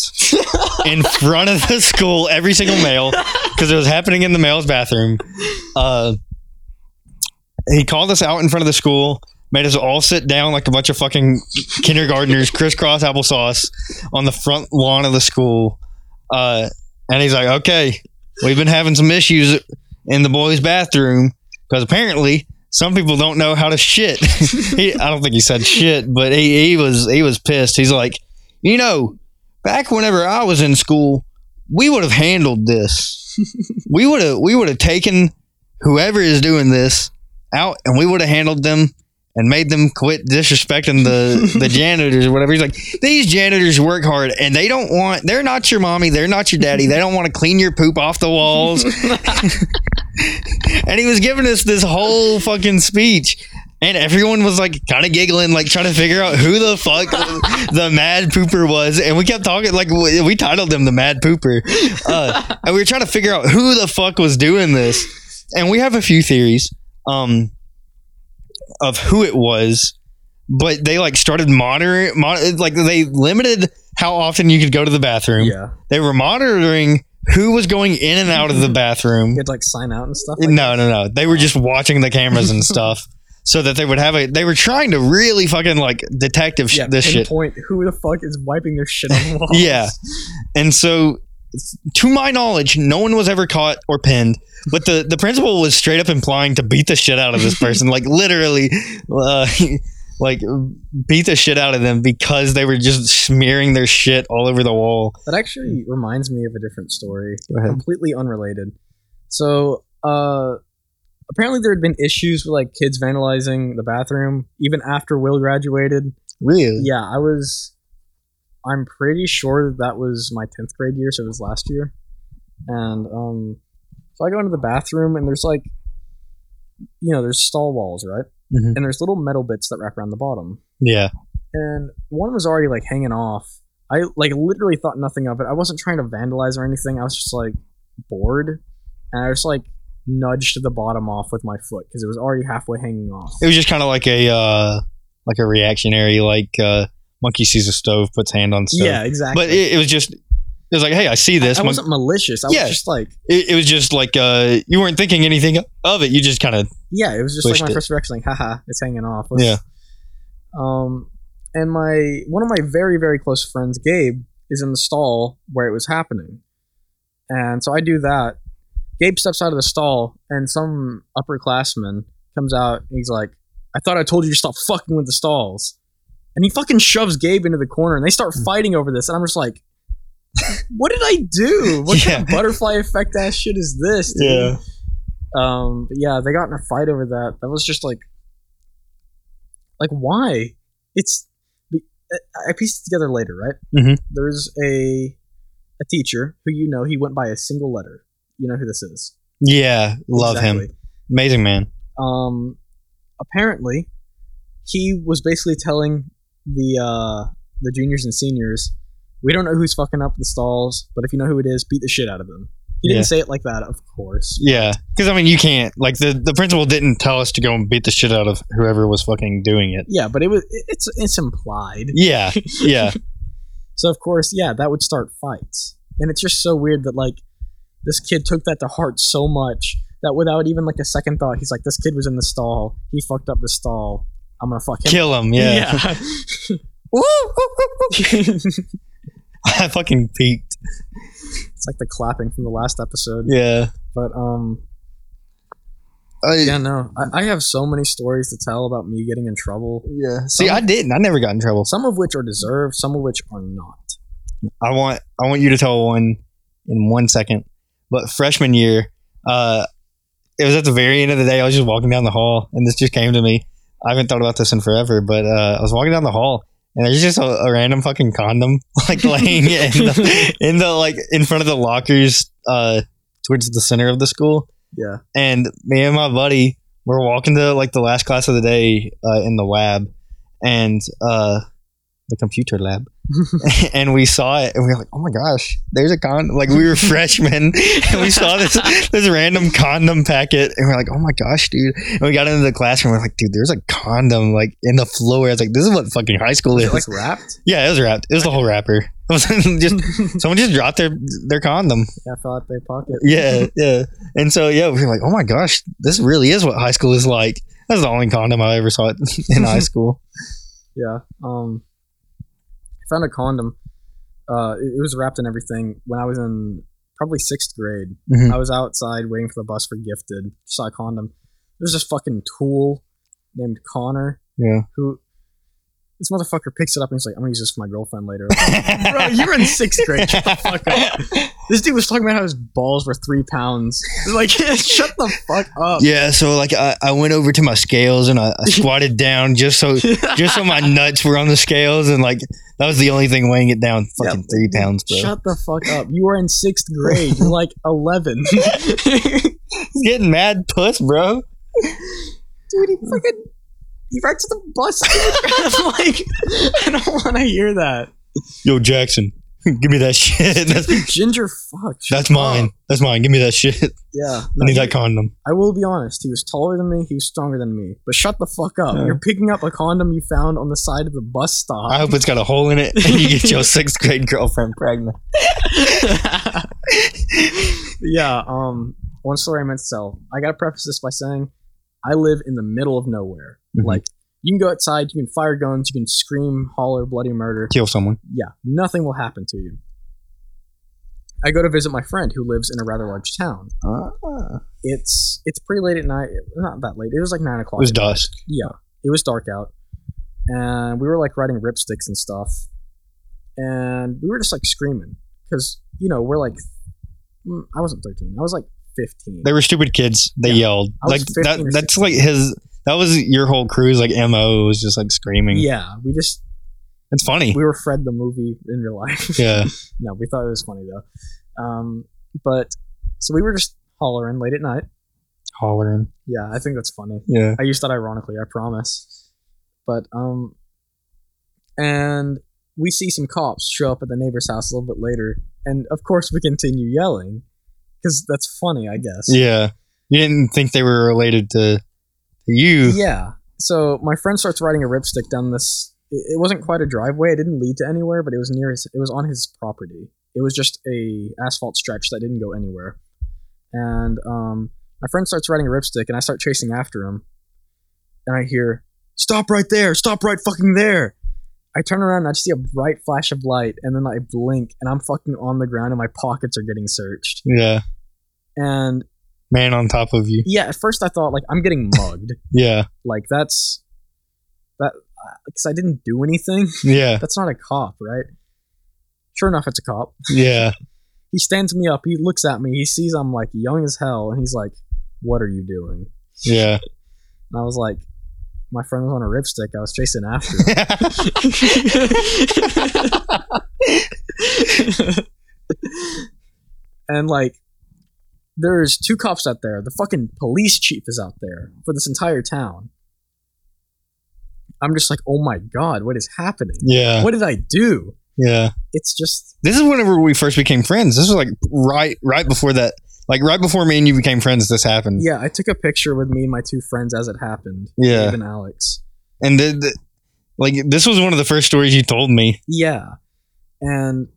in front of the school, every single male, because it was happening in the male's bathroom. Uh, he called us out in front of the school, made us all sit down like a bunch of fucking kindergartners, crisscross applesauce on the front lawn of the school. Uh, and he's like, okay, we've been having some issues in the boys' bathroom because apparently some people don't know how to shit. he, I don't think he said shit, but he, he was he was pissed. He's like, you know, back whenever I was in school, we would have handled this. we would have we would have taken whoever is doing this out, and we would have handled them and made them quit disrespecting the the janitors or whatever. He's like, these janitors work hard, and they don't want. They're not your mommy. They're not your daddy. They don't want to clean your poop off the walls. and he was giving us this whole fucking speech. And everyone was like kind of giggling, like trying to figure out who the fuck the mad pooper was. And we kept talking, like, we we titled him the mad pooper. Uh, and we were trying to figure out who the fuck was doing this. And we have a few theories um, of who it was, but they like started monitoring, mon- like, they limited how often you could go to the bathroom. yeah. They were monitoring who was going in and out of the bathroom. You had to like sign out and stuff. like No, no, no. They were just watching the cameras and stuff, so that they would have a. They were trying to really fucking like detective sh- yeah, this shit. pinpoint who the fuck is wiping their shit on the walls. Yeah. And so, to my knowledge, no one was ever caught or pinned. But the the principal was straight up implying to beat the shit out of this person, like literally, uh, like beat the shit out of them because they were just smearing their shit all over the wall. That actually reminds me of a different story, Go ahead. completely unrelated. So, uh, apparently there had been issues with like kids vandalizing the bathroom even after Will graduated. Really? Yeah, I was. I'm pretty sure that, that was my tenth grade year, so it was last year. And um, so I go into the bathroom, and there's like, you know, there's stall walls, right? Mhm. And there's little metal bits that wrap around the bottom Yeah. and one was already like hanging off. I like literally thought nothing of it. I wasn't trying to vandalize or anything. I was just like bored, and I just like nudged the bottom off with my foot because it was already halfway hanging off. It was just kind of like a uh, like a reactionary, like uh, monkey sees a stove, puts hand on stove. yeah, exactly. but it, it was just it was like hey i see this I, I Mon- wasn't malicious. I Yeah. was just like, it, it was just like uh you weren't thinking anything of it you just kind of yeah, it was just like Pushed my it. first reaction, like, haha, it's hanging off. Let's- Yeah. Um, and my one of my very very close friends, Gabe, is in the stall where it was happening, and so I do that. Gabe steps out of the stall, and some upperclassman comes out. And he's like, "I thought I told you to stop fucking with the stalls," and he fucking shoves Gabe into the corner, and they start Hmm. fighting over this. And I'm just like, "What did I do? What kind of butterfly effect ass shit is this?" Dude? Um, but yeah, they got in a fight over that. That was just like, like why? It's I I pieced it together later, right? Mhm. There's a a teacher who you know he went by a single letter. You know who this is? yeah love him Exactly. amazing man Um, apparently, he was basically telling the uh, the juniors and seniors, we don't know who's fucking up the stalls, but if you know who it is, beat the shit out of them. He didn't Yeah. say it like that, of course. yeah because i mean you can't like the the principal didn't tell us to go and beat the shit out of whoever was fucking doing it Yeah, but it was it- it's it's implied. yeah yeah So of course, yeah, that would start fights. And it's just so weird that like this kid took that to heart so much that without even like a second thought, he's like, This kid was in the stall, he fucked up the stall. I'm gonna fuck him. kill him yeah, it's i fucking peaked like the clapping from the last episode. yeah But um I, yeah, no. I, I have so many stories to tell about me getting in trouble. yeah see i didn't i never got in trouble Some of which are deserved, some of which are not. I want I want you to tell one in one second. But freshman year, uh, it was at the very end of the day. I was just walking down the hall, and this just came to me. I haven't thought about this in forever, but uh, I was walking down the hall, and there's just a, a random fucking condom like laying in the, in the like in front of the lockers uh, towards the center of the school Yeah. and me and my buddy were walking to like the last class of the day uh, in the lab and uh, the computer lab and we saw it and we were like, oh my gosh, there's a condom. Like we were freshmen and we saw this this random condom packet and we are like, oh my gosh, dude. And we got into the classroom. We are like, dude, there's a condom like in the floor. I was like, this is what fucking high school Was is. it like wrapped? yeah, it was wrapped. It was the whole wrapper. It was just someone just dropped their their condom. Yeah, I fell out their pocket. Yeah, yeah. And so yeah, we were like, oh my gosh, this really is what high school is like. That's the only condom I ever saw in high school. Yeah. Um, I found a condom. Uh, it, it was wrapped in everything when I was in probably sixth grade. Mhm. I was outside waiting for the bus for gifted. Saw a condom. There's this fucking tool named Connor Yeah. who this motherfucker picks it up and he's like, "I'm gonna use this for my girlfriend later." Bro, Bro, you were in sixth grade. Shut the fuck up. This dude was talking about how his balls were three pounds. Like, shut the fuck up. Yeah, so like I, I went over to my scales and I, I squatted down just so just so my nuts were on the scales and like that was the only thing weighing it down fucking three pounds, bro. Shut the fuck up. You were in sixth grade. You're like 11. He's getting mad puss, bro. dude, he fucking he wrecked the bus. Mm. I'm like, I don't want to hear that. Yo, Jackson, give me that shit. That's Ginger, fuck. shut that's mine. up. That's mine. Give me that shit. I Yeah, need No, that condom. I will be honest. He was taller than me. He was stronger than me. But shut the fuck up. Yeah. You're picking up a condom you found on the side of the bus stop. I hope it's got a hole in it and you get your sixth grade girlfriend pregnant. yeah. Um. One story I meant to tell. I gotta preface this by saying, I live in the middle of nowhere. Mhm. Like, you can go outside. You can fire guns. You can scream, holler, bloody murder. Kill someone. yeah, nothing will happen to you. I go to visit my friend who lives in a rather large town. Ah. It's it's pretty late at night. Not that late. It was like nine it o'clock. was dusk. yeah, it was dark out, and we were like riding ripsticks and stuff, and we were just like screaming because you know we're like, mm, I wasn't thirteen. I was like fifteen. They were stupid kids. They Yeah. yelled. I was Like that. 15 or That's like his. That was your whole crew's like mo was just like screaming. yeah, we just It's funny. we were Fred the movie in real life. yeah. no, we thought it was funny though. Um, but so we were just hollering late at night. Hollering. Yeah, I think that's funny. Yeah. I used that ironically, I promise. But um and we see some cops show up at the neighbor's house a little bit later, and of course we continue yelling cuz that's funny, I guess. Yeah. You didn't think they were related to you. Yeah. So my friend starts riding a ripstick down this it it wasn't quite a driveway, it didn't lead to anywhere, but it was near his it was on his property. It was just a asphalt stretch that didn't go anywhere. And um my friend starts riding a ripstick and I start chasing after him. And I hear, "Stop right there. Stop right fucking there." I turn around and I just see a bright flash of light and then I blink and I'm fucking on the ground and my pockets are getting searched. Yeah. And Man on top of you. yeah, at first I thought like I'm getting mugged. Yeah. like that's that because i didn't do anything Yeah. that's not a cop right sure enough it's a cop Yeah. he stands me up he looks at me he sees i'm like young as hell and he's like what are you doing Yeah. and i was like my friend was on a ripstick i was chasing after him and like there's two cops out there the fucking police chief is out there for this entire town i'm just like oh my god what is happening yeah. what did i do Yeah. it's just This is whenever we first became friends. This was like right right before that. Like right before me and you became friends, this happened. yeah i took a picture with me and my two friends as it happened Yeah. Dave and alex And the, the, like this was one of the first stories you told me. yeah and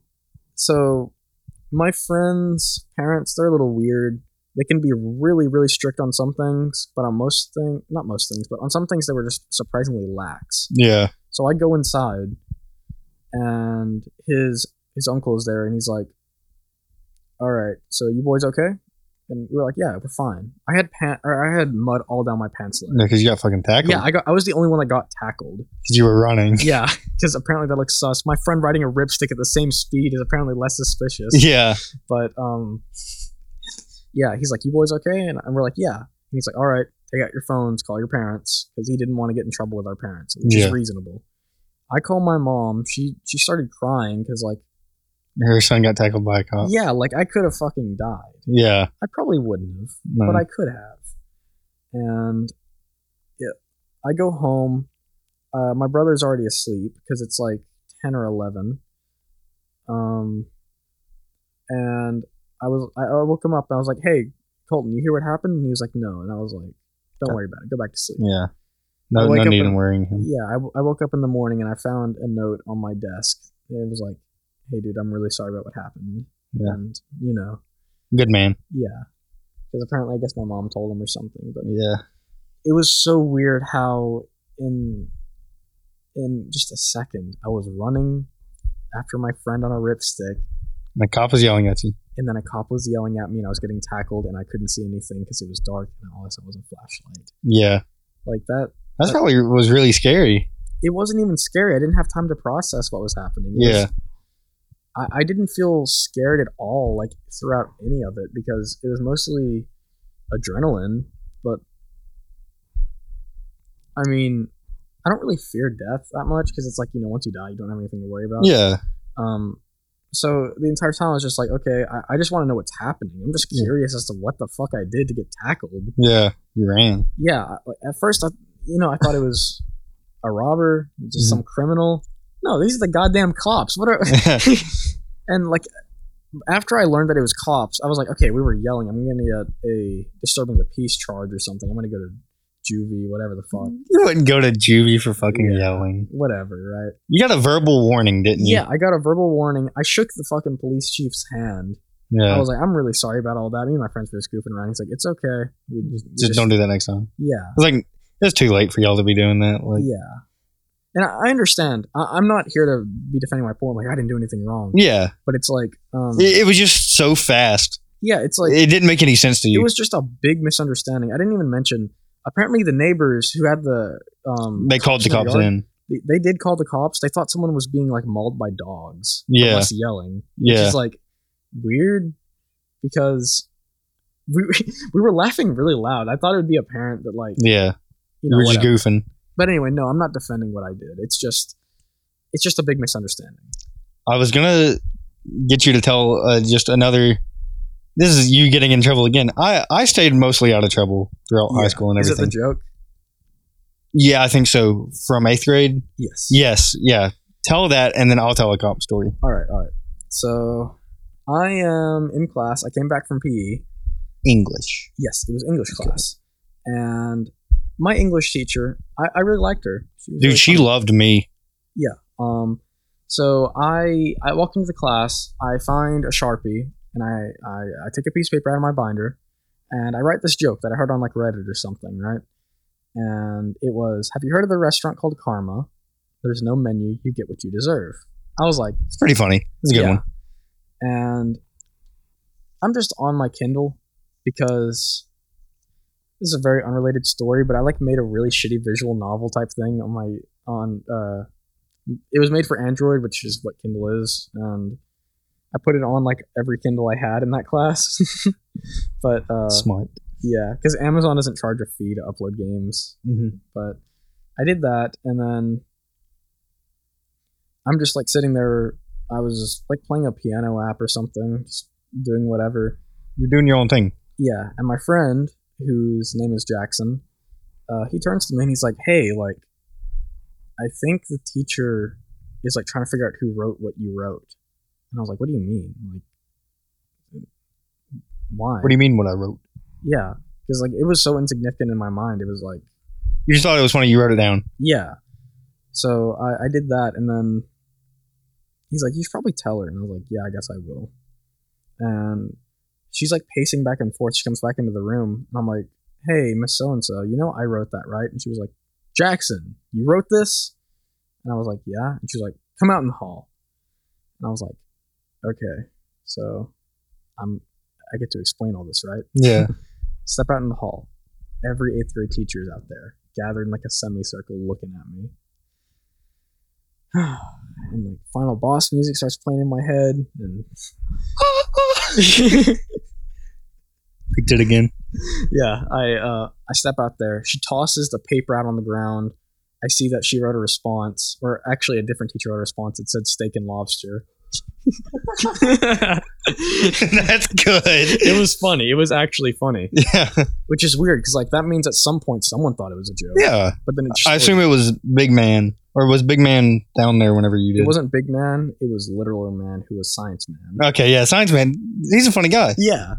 so my friends parents they're a little weird they can be really really strict on some things but on most things not most things but on some things they were just surprisingly lax Yeah. So I go inside, and his his uncle is there, and he's like, "All right, so you boys okay?" And we were like, "Yeah, we're fine." I had pant, or I had mud all down my pants leg. Because you got fucking tackled. Yeah, I got. I was the only one that got tackled. Because you were running. Yeah, because apparently that looks sus. My friend riding a ripstick at the same speed is apparently less suspicious. Yeah. But um, yeah, he's like, "You boys okay?" And, and we're like, "Yeah." And he's like, "All right, take out your phones, call your parents," because he didn't want to get in trouble with our parents, which Yeah. is reasonable. I call my mom. She she started crying because like, Her son got tackled by a cop. yeah, like I could have fucking died. Yeah. I probably wouldn't have, No. but I could have. And yeah, I go home. Uh, my brother's already asleep because it's like ten or eleven. Um, and I was I, I woke him up and I was like, "Hey, Colton, you hear what happened?" And he was like, "No," and I was like, "Don't worry about it. Go back to sleep." Yeah. No, I wake no up need and- in worrying him. Yeah, I, w- I woke up in the morning and I found a note on my desk. It was like, "Hey, dude, I'm really sorry about what happened." Yeah. And you know, Good man. yeah, because apparently I guess my mom told him or something. But Yeah. it was so weird how in in just a second I was running after my friend on a ripstick, The cop is yelling at you. and then a cop was yelling at me, and I was getting tackled, and I couldn't see anything because it was dark, and all I saw was a flashlight. Yeah. Like that, That's probably was really scary. it wasn't even scary. I didn't have time to process what was happening. It was- Yeah. I, I didn't feel scared at all, like throughout any of it, because it was mostly adrenaline. But I mean, I don't really fear death that much because it's like you know, once you die, you don't have anything to worry about. Yeah. Um. So the entire time I was just like, okay, I, I just want to know what's happening. I'm just Yeah. curious as to what the fuck I did to get tackled Yeah. You ran. yeah I- like, at first i you know i thought it was a robber just Mm-hmm. some criminal no these are the goddamn cops what are and like after i learned that it was cops i was like okay we were yelling i'm gonna get a disturbing the peace charge or something i'm gonna go to juvie whatever the fuck you wouldn't go to juvie for fucking Yeah. yelling. whatever right You got a verbal warning, Mm-hmm. didn't you? yeah i got a verbal warning i shook the fucking police chief's hand i Yeah. was like i'm really sorry about all that me and my friends were just goofing around he's like it's okay we just, we just, just- don't do that next time. yeah It's like it's too late for y'all to be doing that. Like, yeah and i I understand I, i'm not here to be defending my point like i didn't do anything wrong yeah, but it's like um It, it was just so fast. yeah it's like it didn't make any sense to it you. was just a big misunderstanding i didn't even mention apparently the neighbors who had the um they called the in their cops yard, in. they, they did call the cops they thought someone was being like mauled by dogs from Yeah. us yelling which Yeah, is like weird because we, we were laughing really loud i thought it would be apparent that like yeah. you You know were just whatever. goofing. but anyway no i'm not defending what i did it's just it's just a big misunderstanding I was gonna get you to tell uh, just another. This is you getting in trouble again. I I stayed mostly out of trouble throughout high Yeah. school and is it the everything. joke yeah, I think so. From eighth grade. yes Yes. Yeah. Tell that, and then I'll tell a cop story. All right, all right. So I am in class. I came back from PE. English. Yes, it was English Okay. class, and my English teacher, I, I really liked her. She was Dude, really she funny. loved me. Um, so I I walk into the class. I find a sharpie and I, I I take a piece of paper out of my binder, and I write this joke that I heard on like Reddit or something, right? And it was, "Have you heard of the restaurant called Karma? There's no menu. You get what you deserve." I was like. It's pretty funny. It's a good Yeah. one. and I'm just on my Kindle because this is a very unrelated story, but I like made a really shitty visual novel type thing on my on uh it was made for Android, which is what Kindle is, and I put it on like every Kindle I had in that class. but uh Smart. yeah, cuz Amazon doesn't charge a fee to upload games but I did that, and then I'm just like sitting there. I was just, like playing a piano app or something, just doing whatever. You're doing your own thing. Yeah, and my friend, whose name is Jackson, uh, he turns to me and he's like, "Hey, like, I think the teacher is like trying to figure out who wrote what you wrote." And I was like, "What do you mean? Like, why?" What do you mean? What I wrote? yeah, because like it was so insignificant in my mind. It was like. You just thought it was funny. You wrote it down. Yeah. So I, I did that, and then he's like, "You should probably tell her." And I was like, "Yeah, I guess I will." And she's like pacing back and forth. She comes back into the room, and I'm like, "Hey, Miss So and So, you know I wrote that, right?" And she was like, "Jackson, you wrote this?" And I was like, "Yeah." And she was like, "Come out in the hall." And I was like, "Okay." So I'm I get to explain all this, right? Yeah. Step out in the hall. Every eighth grade teacher is out there, gathered in like a semicircle looking at me. and like final boss music starts playing in my head and Picked it again. yeah, I uh, I step out there. She tosses the paper out on the ground. I see that she wrote a response, or actually a different teacher wrote a response. It said steak and lobster. it That's good. was funny. It was actually funny, Yeah. which is weird because like that means at some point someone thought it was a joke. Yeah. but then it just I assume it was Big Man. Or was Big Man down there whenever you did? It wasn't Big Man. It was Literal Man, who was Science Man. Okay, yeah, Science Man. He's a funny guy. Yeah.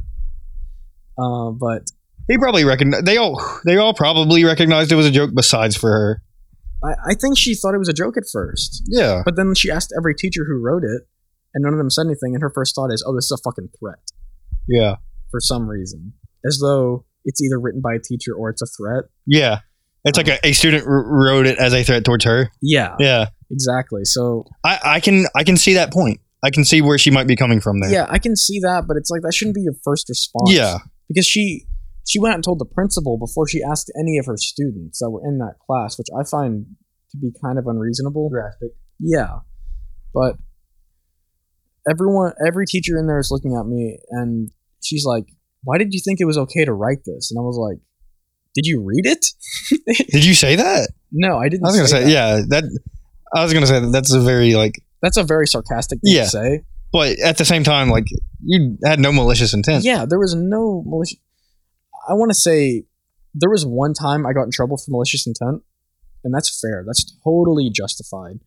Uh, but He probably recognized. They all they all probably recognized it was a joke. Besides for her, I, I think she thought it was a joke at first. yeah, But then she asked every teacher who wrote it, and none of them said anything. And her first thought is, "Oh, this is a fucking threat." yeah, For some reason, as though it's either written by a teacher or it's a threat. yeah. It's like a, a student r- wrote it as a threat towards her. Yeah, Yeah, exactly. So I, I can I can see that point. I can see where she might be coming from there. yeah, I can see that, but it's like that shouldn't be your first response. yeah, because she she went out and told the principal before she asked any of her students that were in that class, which I find to be kind of unreasonable. graphic. Yeah, but everyone, every teacher in there is looking at me, and she's like, "Why did you think it was okay to write this?" And I was like, "Did you read it?" Did you say that? no, I didn't. I was gonna say, that. yeah. That I was gonna say that that's a very like, That's a very sarcastic thing Yeah. to say. but at the same time, like you had no malicious intent. Yeah, there was no malicious. I want to say there was one time I got in trouble for malicious intent, and that's fair. That's totally justified.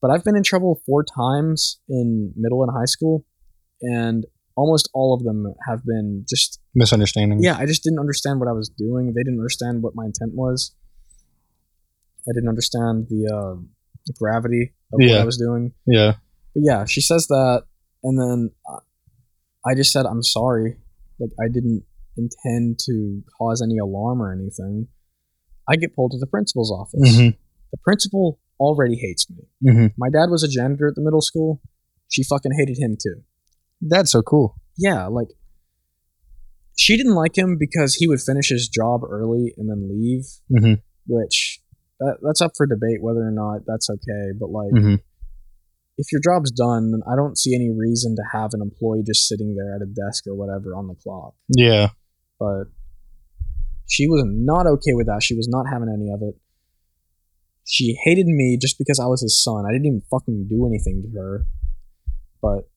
But I've been in trouble four times in middle and high school, and almost all of them have been just Misunderstanding. yeah. I just didn't understand what I was doing. They didn't understand what my intent was. I didn't understand the uh, the gravity of what Yeah. I was doing. yeah, But yeah, she says that, and then uh, I just said, "I'm sorry. Like I didn't intend to cause any alarm or anything." I get pulled to the principal's office. Mhm. The principal already hates me. Mhm. My dad was a janitor at the middle school. She fucking hated him too. That's so cool. Yeah, like she didn't like him because he would finish his job early and then leave, Mhm. which that, that's up for debate whether or not that's okay. But like, Mhm. if your job's done, then I don't see any reason to have an employee just sitting there at a desk or whatever on the clock. Yeah, But she was not okay with that. She was not having any of it. She hated me just because I was his son. I didn't even fucking do anything to her. But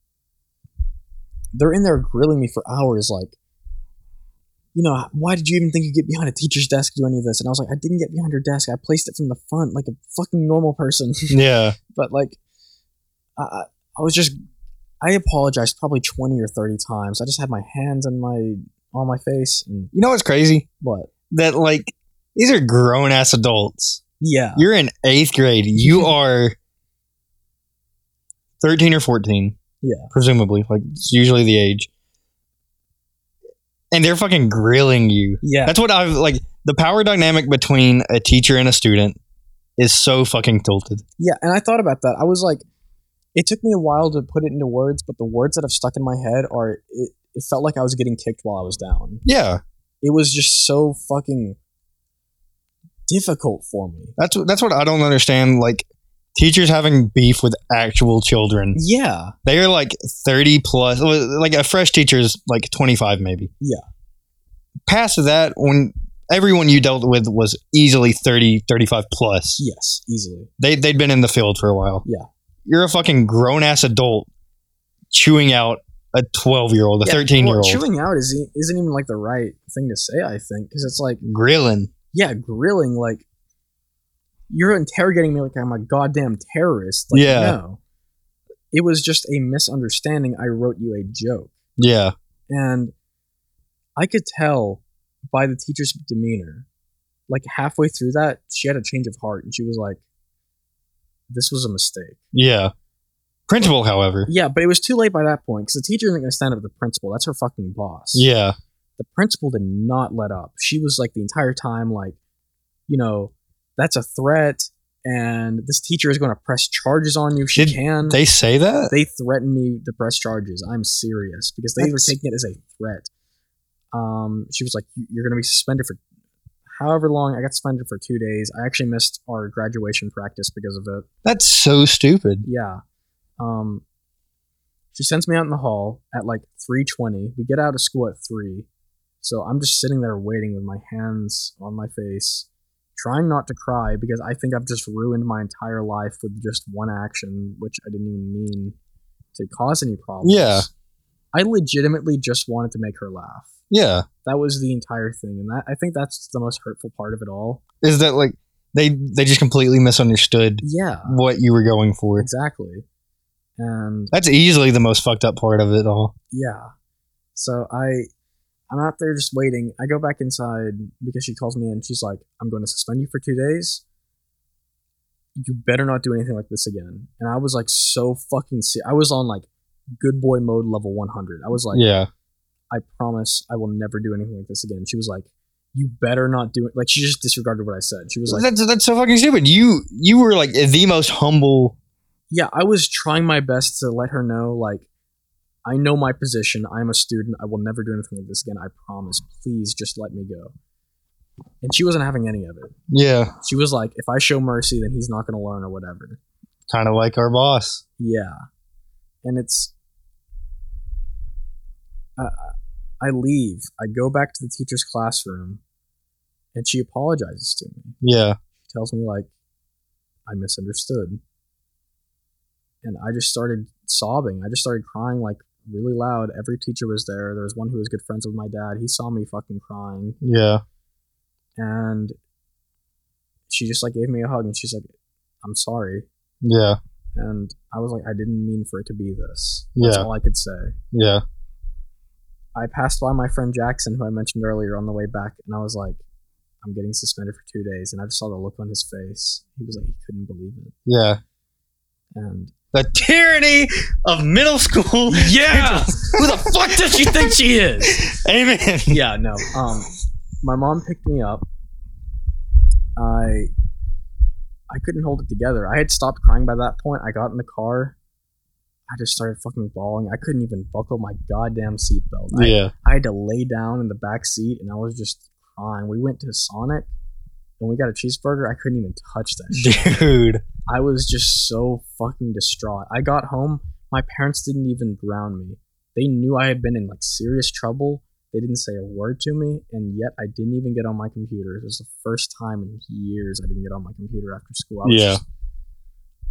they're in there grilling me for hours, like, you know, why did you even think you get behind a teacher's desk to do any of this? And I was like, I didn't get behind her desk. I placed it from the front like a fucking normal person yeah. but like I, I I was just I apologized probably 20 or 30 times. I just had my hands on my on my face and You know what's crazy? what? That like these are grown ass adults. Yeah. You're in eighth grade. You are thirteen or fourteen. Yeah. presumably. Like it's usually the age. And they're fucking grilling you. Yeah. That's what I've like. The power dynamic between a teacher and a student is so fucking tilted. Yeah, and I thought about that. I was like it took me a while to put it into words, but the words that have stuck in my head are it, it felt like I was getting kicked while I was down. Yeah, It was just so fucking difficult for me. that's that's what I don't understand. Like teachers having beef with actual children. Yeah. They are like thirty plus. Like a fresh teacher is like twenty five, maybe. Yeah. Past that, when everyone you dealt with was easily 30, 35 plus. Yes, easily. They they'd been in the field for a while. Yeah. You're a fucking grown ass adult chewing out a twelve year old, a Yeah, thirteen year Well, old, chewing out is, e, isn't even like the right thing to say, I think, because it's like grilling. yeah, grilling like you're interrogating me like I'm a goddamn terrorist. Like, Yeah. No. It was just a misunderstanding. I wrote you a joke. Yeah. And I could tell by the teacher's demeanor, like halfway through that, she had a change of heart and she was like, this was a mistake. Yeah. Principal, however. Yeah, but it was too late by that point because the teacher isn't going to stand up to the principal. That's her fucking boss. Yeah. the principal did not let up. She was like the entire time, like, you know, that's a threat, and this teacher is going to press charges on you. if She Did can. They say that? They threatened me to press charges. I'm serious because they were That's- taking it as a threat. Um, she was like, "You- "You're going to be suspended for however long." I got suspended for two days. I actually missed our graduation practice because of it. That's so stupid. Yeah. Um, she sends me out in the hall at like 3:20. We get out of school at 3. So I'm just sitting there waiting with my hands on my face, trying not to cry because I think I've just ruined my entire life with just one action which I didn't even mean to cause any problems. Yeah. I legitimately just wanted to make her laugh. Yeah. That was the entire thing and that I think that's the most hurtful part of it all. Is that like they they just completely misunderstood Yeah, what you were going for. exactly. And That's easily the most fucked up part of it all. yeah, so I, I'm out there just waiting. I go back inside because she calls me and she's like, "I'm going to suspend you for two days. You better not do anything like this again." And I was like, so fucking. Se- I was on like good boy mode level 100. I was like, yeah, I promise I will never do anything like this again. She was like, You better not do it. Like, she just disregarded what I said. She was like, that's that's so fucking stupid. You you were like the most humble. Yeah, I was trying my best to let her know, like, I know my position. I'm a student. I will never do anything like this again. I promise. Please just let me go. And she wasn't having any of it. Yeah, She was like, If I show mercy, then he's not going to learn or whatever. kind of like our boss. Yeah. And it's. Uh, I leave. I go back to the teacher's classroom, and she apologizes to me. Yeah, tells me like I misunderstood. And I just started sobbing. I just started crying like really loud. Every teacher was there. There was one who was good friends with my dad. He saw me fucking crying yeah, and she just like gave me a hug and she's like I'm sorry. yeah, And I was like I didn't mean for it to be this. That's Yeah. all I could say. yeah, I passed by my friend Jackson, who I mentioned earlier, on the way back, and I was like, I'm getting suspended for two days. And I just saw the look on his face. He was like, he couldn't believe it. yeah. And The tyranny of middle school. Yeah. Who the fuck does she think she is? Amen. Yeah, no. Um, my mom picked me up. I I couldn't hold it together. I had stopped crying by that point. I got in the car. I just started fucking bawling. I couldn't even buckle my goddamn seatbelt. I, Yeah. I had to lay down in the back seat and I was just crying. We went to Sonic and we got a cheeseburger. I couldn't even touch that shit. Dude. I was just so fucking distraught. I got home, my parents didn't even ground me. They knew I had been in like serious trouble. They didn't say a word to me, and yet I didn't even get on my computer. It was the first time in years I didn't get on my computer after school. I was Yeah. just-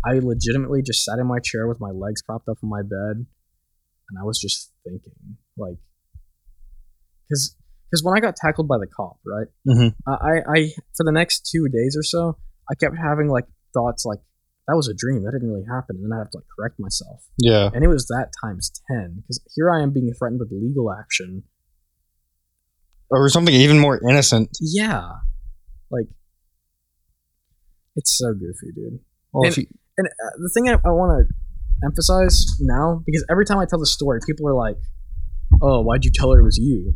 I legitimately just sat in my chair with my legs propped up on my bed, and I was just thinking, like, because because when I got tackled by the cop, right? Mhm. I, I I- for the next two days or so, I kept having like thoughts like that was a dream that didn't really happen, and then I have to like correct myself. Yeah. And it was that times ten because here I am being threatened with legal action. Or something even more innocent. Yeah, like it's so goofy, dude. Well, if And- And uh, the thing I, I want to emphasize now because every time I tell the story, people are like, "Oh, why'd you tell her it was you?"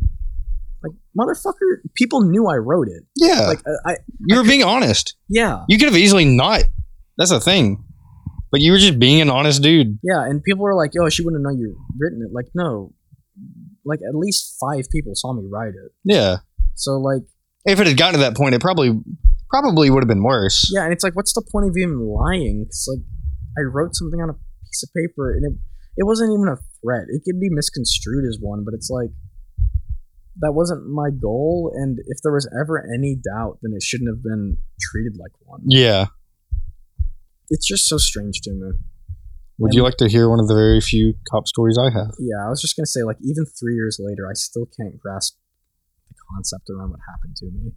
Like motherfucker, people knew I wrote it. you- yeah. Like uh, I you were being honest. yeah. You could have easily not. That's the thing. But you were just being an honest dude. Yeah, and people were like, "Yo, she wouldn't know you written it." Like, no, like at least five people saw me write it. Yeah. So like, If it had gotten to that point, it probably probably would have been worse. yeah, and it's like, what's the point of even lying? It's like, I wrote something on a piece of paper, and it it wasn't even a threat. It could be misconstrued as one, but it's like that wasn't my goal. And if there was ever any doubt, then it shouldn't have been treated like one. Yeah. It's just so strange to me. Would you like to hear one of the very few cop stories I have? Yeah, I was just gonna say, like, even three years later, I still can't grasp the concept around what happened to me.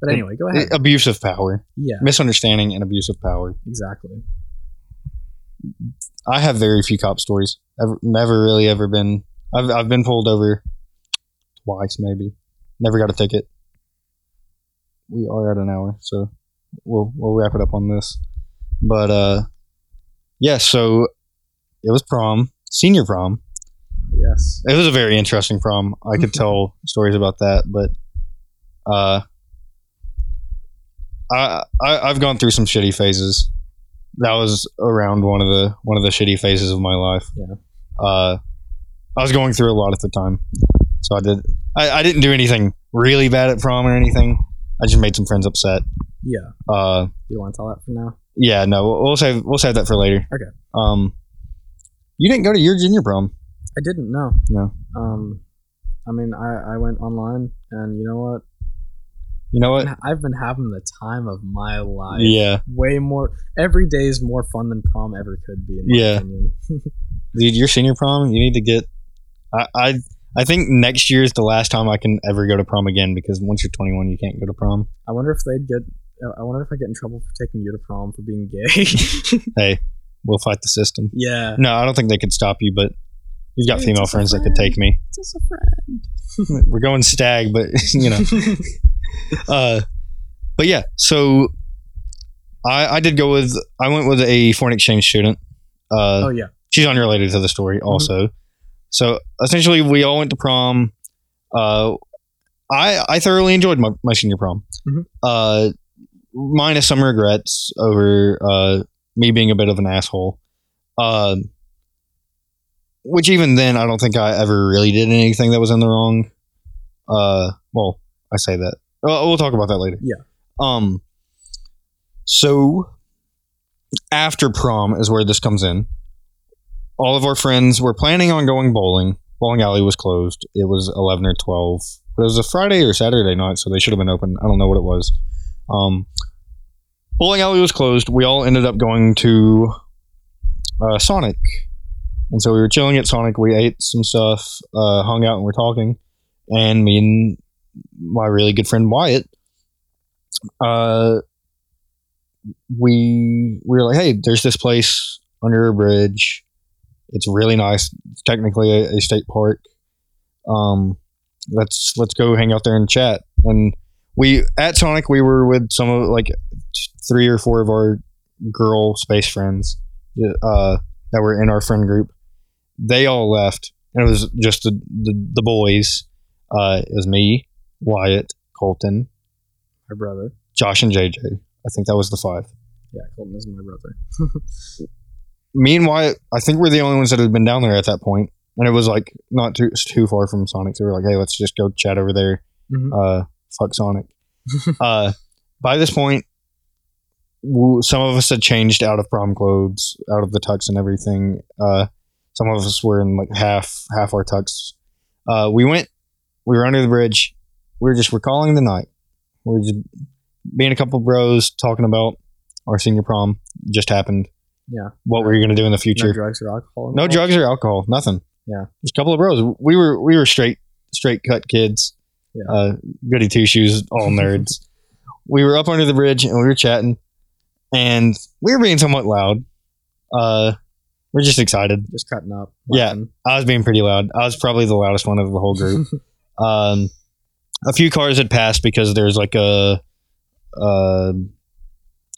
But It- anyway, go ahead. Abuse of Eh, power, yeah, misunderstanding, and abuse of power. exactly. I have very few cop stories. I've never really ever been. I've I've been pulled over twice, maybe. Never got a ticket. We are at an hour, so we'll we'll wrap it up on this. But uh, yeah. So it was prom, senior prom. Yes. It was a very interesting prom. I could Mm-hmm. tell stories about that, but uh, I, I I've gone through some shitty phases. That was around one of the one of the shitty phases of my life. Yeah. Uh, I was going through a lot at the time, so I did. I, I didn't do anything really bad at prom or anything. I just made some friends upset. Yeah. Uh, You want to tell that for now? yeah, no, we'll, we'll save we'll save that for later. Okay. Um, you didn't go to your junior prom. I didn't know. No. Um, I mean, I I went online, and you know what? You know what? I've been having the time of my life. Yeah. Way more. Every day is more fun than prom ever could be. In my Yeah. Opinion. dude, your senior prom, you need to get. I, I I think next year is the last time I can ever go to prom again because once you're 21, you can't go to prom. I wonder if they'd get I- I wonder if I get in trouble for taking you to prom for being gay. We'll fight the system. yeah, No, I don't think they could stop you, but you've got Dude, female just a friends that could friend. take me. just a friend. We're going stag, but you know. Uh, but yeah, so I, I did go with I went with a foreign exchange student. Uh, oh yeah, she's unrelated to the story also so essentially we all went to prom uh i i thoroughly enjoyed my, my senior prom Mhm. uh minus some regrets over uh me being a bit of an asshole um which even then i don't think i ever really did anything that was in the wrong uh well i say that uh, we'll talk about that later Yeah. um so after prom is where this comes in all of our friends were planning on going bowling. Bowling alley was closed. It was eleven or twelve. But it was a Friday or Saturday night, so they should have been open. I don't know what it was. Um, bowling alley was closed. We all ended up going to uh, Sonic, and so we were chilling at Sonic. We ate some stuff, uh, hung out, and we're talking. And me and my really good friend Wyatt, uh, we we were like, "Hey, there's this place under a bridge." It's really nice. It's technically a, a state park. Um, let's let's go hang out there and chat. And we at Sonic we were with some of like t- three or four of our girl space friends uh, that were in our friend group. They all left, and it was just the the, the boys. Uh, it was me, Wyatt, Colton, my brother. Josh, and JJ. I think that was the five. Yeah, Colton is my brother. me and Wyatt, I think we're the only ones that had been down there at that point, and it was like not too it's too far from Sonic. So we were like, hey, let's just go chat over there. Mhm. Uh, fuck Sonic. uh, by this point, w- some of us had changed out of prom clothes, out of the tux and everything. Uh, some of us were in like half half our tux. Uh, we went. We were under the bridge. We were just recalling the night. We were just being a couple bros talking about our senior prom just happened. Yeah. What were you going to do in the No future? drugs or alcohol. No involved? drugs or alcohol, nothing. Yeah. just a couple of bros. We were we were straight straight cut kids. Yeah. Uh, goody two shoes, all nerds. we were up under the bridge and we were chatting, and we were being somewhat loud. Uh, we're just excited. Just cutting up. Yeah. laughing. I was being pretty loud. I was probably the loudest one of the whole group. um, a few cars had passed because there's like a, a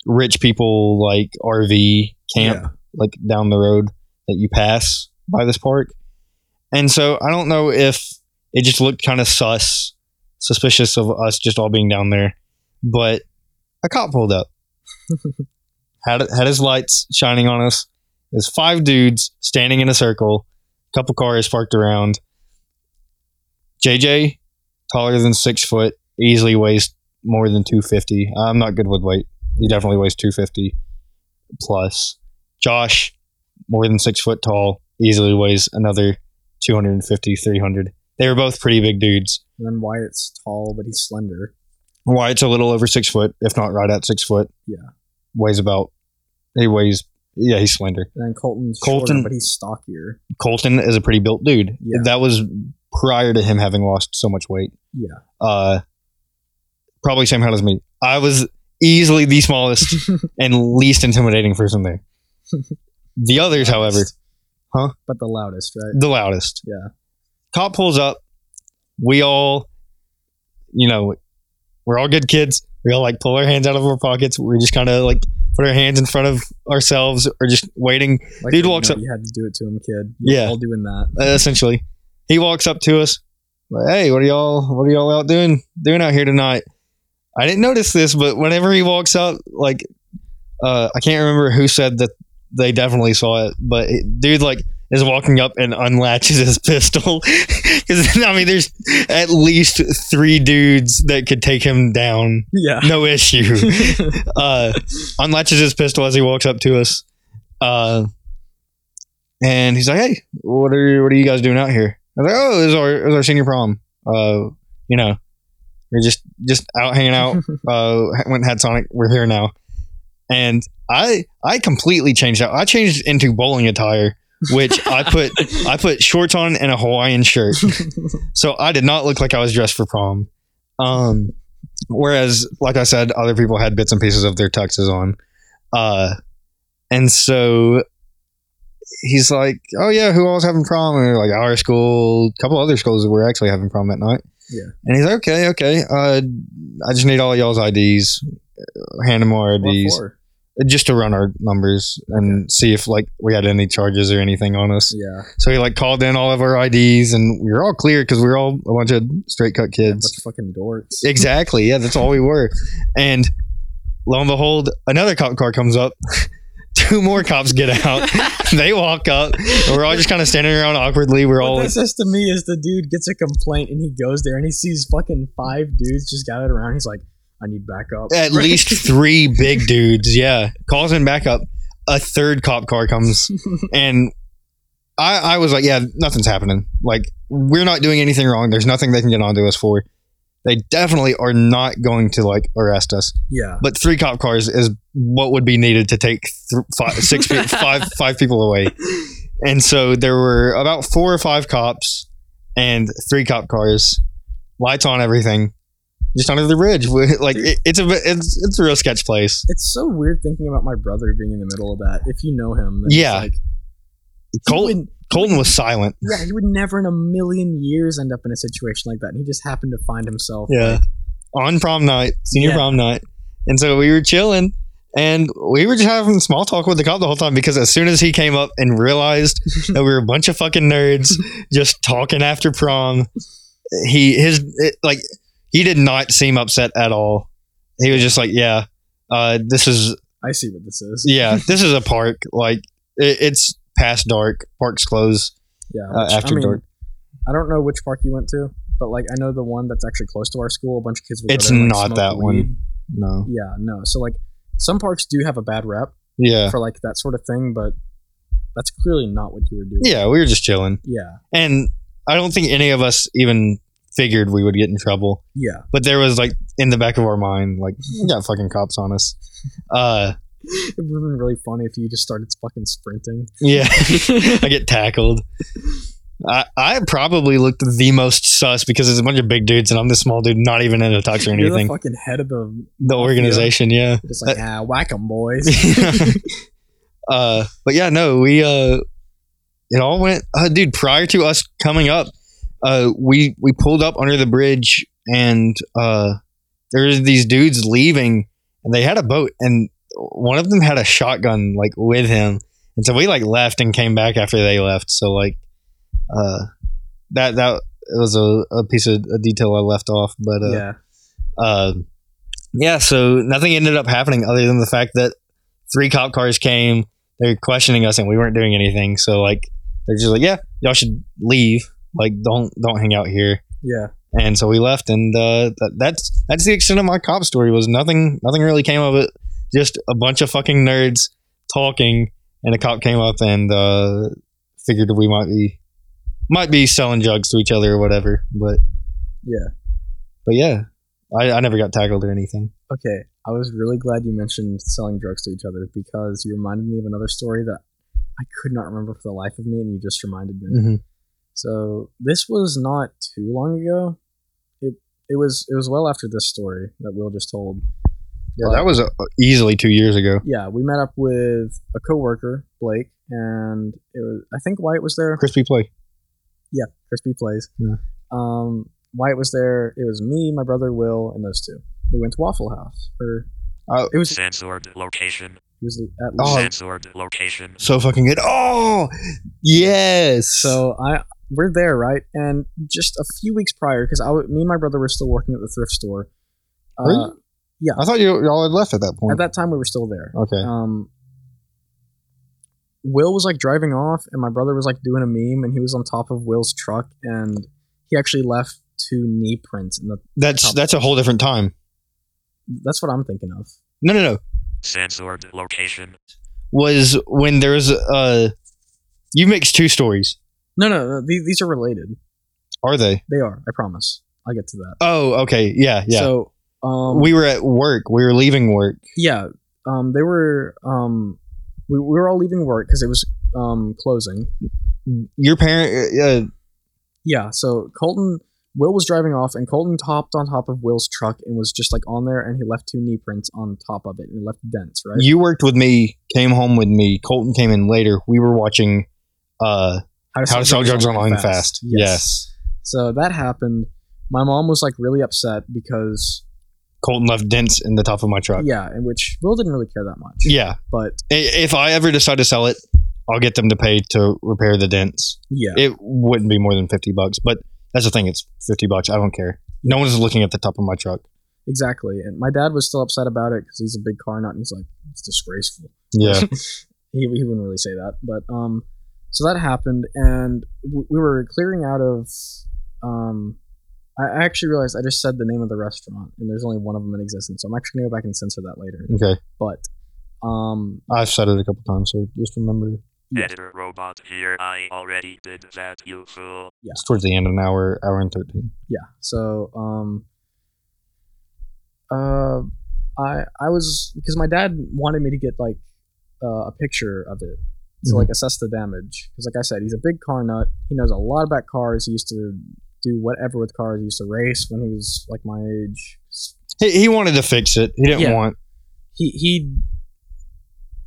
rich people like RV camp Yeah. like down the road that you pass by this park. And so I don't know if it just looked kind of sus, suspicious of us just all being down there, but a cop pulled up, had had his lights shining on us. There's five dudes standing in a circle, couple cars parked around. JJ, taller than six foot, easily weighs more than two fifty. I'm not good with weight. He definitely weighs two fifty plus. Josh, more than six foot tall, easily weighs another 250, 300. They were both pretty big dudes. And then Wyatt's tall, but he's slender. Wyatt's a little over six foot, if not right at six foot. Yeah. Weighs about, he weighs, yeah, he's slender. And then Colton's Colton- shorter, but he's stockier. Colton is a pretty built dude. Yeah. That was prior to him having lost so much weight. Yeah. Uh, probably same height as me. I was easily the smallest and least intimidating person there. The others, however, Huh? But the loudest, right? the loudest. Yeah. Cop pulls up. We all, you know, we're all good kids. We all like pull our hands out of our pockets. We just kind of like put our hands in front of ourselves or just waiting Like, Dude you walks know, up- You had to do it to him, kid. You were Yeah. All doing that. uh, essentially. He walks up to us. like, Hey, what are y'all? What are y'all out doing? Doing out here tonight? I didn't notice this, but whenever he walks up, like uh, I can't remember who said that they definitely saw it, but it, dude, like is walking up and unlatches his pistol because I mean, there's at least three dudes that could take him down, Yeah. no issue uh, unlatches his pistol as he walks up to us, uh, and he's like, "Hey, what are what are you guys doing out here?" I was like, "Oh, it's our it's our senior prom. Uh, you know, we're just just out hanging out. Uh, went and had Sonic. We're here now." And I I completely changed out. I changed into bowling attire, which I put I put shorts on and a Hawaiian shirt. So I did not look like I was dressed for prom. Um, Whereas, like I said, other people had bits and pieces of their tuxes on. Uh, and so he's like, "Oh yeah, who all's having prom?" And they're like, "Our school, a couple other schools were actually having prom that night." Yeah. And he's like, "Okay, okay. Uh, I just need all y'all's IDs. Hand them our What IDs for? just to run our numbers and see if like we had any charges or anything on us." Yeah. So he like called in all of our IDs, and we were all clear because we were all a bunch of straight cut A kids. bunch of fucking dorks. Exactly. Yeah, that's all we were. And lo and behold, another cop car comes up. Two more cops get out. they walk up. And we're all just kind of standing around awkwardly. We're all What like, this says to me is the dude gets a complaint and he goes there and he sees fucking five dudes just gathered around. He's like, I need backup. at Right? least three big dudes. Yeah. Calls in backup. A third cop car comes. And I, I was like, yeah, nothing's happening. Like, we're not doing anything wrong. There's nothing they can get onto us for. They definitely are not going to like arrest us. yeah. but three cop cars is what would be needed to take th- five, six pe- five, five people away. And so there were about four or five cops and three cop cars, lights on everything, just under the ridge. Like it, it's a it's it's a real sketch place. It's so weird thinking about my brother being in the middle of that. If you know him, then it's Yeah. Like, he Colton, wouldn't- Colton was silent. yeah, he would never in a million years end up in a situation like that. And he just happened to find himself. Yeah. like, on prom night, senior Yeah. prom night. And so we were chilling and we were just having small talk with the cop the whole time because as soon as he came up and realized that we were a bunch of fucking nerds just talking after prom, he, his, it, like, he did not seem upset at all. He was just like, yeah, uh, this is, I see what this is. yeah, this is a park. Like, it, it's past dark. Park's closed. Yeah. Uh, which, after dark. I don't know which park you went to, but like I know the one that's actually close to our school. A bunch of kids. Would go It's there and, like, not smoke that one. weed. No. Yeah. No. So like some parks do have a bad rep Yeah. for like that sort of thing, but that's clearly not what you were doing. Yeah, we were just chilling. Yeah. And I don't think any of us even figured we would get in trouble. Yeah. but there was like in the back of our mind, like we got fucking cops on us. Uh, It would have been really funny if you just started fucking sprinting. yeah, I get tackled. I, I probably looked the most sus because it's a bunch of big dudes and I'm the small dude, not even in a tux or You're the anything. The, fucking head of the. organization, yeah. Just like ah, whack 'em, boys. uh, but yeah, no, we uh, it all went, uh, dude. Prior to us coming up, uh, we we pulled up under the bridge, and uh, there's these dudes leaving, and they had a boat, and one of them had a shotgun like with him, and so we like left and came back after they left. So like, uh, that that was a, a piece of a detail I left off, but uh, yeah. uh, yeah, so nothing ended up happening other than the fact that three cop cars came. They're questioning us, and we weren't doing anything. So like, they're just like, "Yeah, y'all should leave. Like, don't don't hang out here." Yeah. And so we left, and uh, that, that's that's the extent of my cop story. Was nothing nothing really came of it. Just a bunch of fucking nerds talking, and a cop came up and uh, figured we might be might be selling drugs to each other or whatever. But Yeah. but yeah, I, I never got tackled or anything. Okay, I was really glad you mentioned selling drugs to each other because you reminded me of another story that I could not remember for the life of me, and you just reminded me. Mhm. So this was not too long ago. It it was it was well after this story that Will just told. Yeah, that was uh, easily two years ago. Yeah, we met up with a coworker, Blake, and it was I think Wyatt was there. Crispy play. Crispy plays. Yeah. Um, Wyatt was there. It was me, my brother Will, and those two. We went to Waffle House, or Oh. it was it Censored location. was at Oh, Censored location. So fucking good. Oh, yes. So I we're there, right? And just a few weeks prior, because I, w- me and my brother were still working at the thrift store. Uh, Were you? I thought you y'all had left at that At point. that time, we were still there. okay. Um, Will was like driving off, and my brother was like doing a meme, and he was on top of Will's truck, and he actually left two knee prints, and That's that's a whole different time. that's what I'm thinking of. No, no, no. Censored location. Was when there was uh, you mixed two stories. No, no, no these, these are related. Are they? They are. I promise. I'll get to that. Oh, okay. Yeah, yeah. So um, we were at work. We were leaving work. yeah um they were um we, we were all leaving work because it was um closing Your parent. Uh, yeah so colton Will was driving off, and Colton hopped on top of Will's truck and was just like on there, and he left two knee prints on top of it, and it left dents, right? You worked with me, came home with me. Colton came in later. We were watching uh, How to Sell Drugs Online Fast. Yes. So that happened. My mom was like really upset because Colton left dents in the top of my truck. yeah, in which Will didn't really care that much. Yeah. but I If I ever decide to sell it, I'll get them to pay to repair the dents. yeah, It wouldn't be more than 50 bucks, but that's the thing. It's 50 bucks. I don't care. No one's looking at the top of my truck. exactly. And my dad was still upset about it because he's a big car nut, and he's like, it's disgraceful. Yeah. he, he wouldn't really say that but um so that happened and w- we were clearing out of um i I actually realized i just said the name of the restaurant and there's only one of them in existence so i'm actually gonna go back and censor that later okay. but um I've said it a couple times, so just remember Editor robot here. I already did that, you fool. it's towards the end of an hour, hour and 13. yeah so um uh i i was because my dad wanted me to get like uh, a picture of it to Mhm. like assess the damage because like i said he's a big car nut he knows a lot about cars he used to do whatever with cars he used to race when he was like my age He, he wanted to fix it. He didn't Yeah. want. he he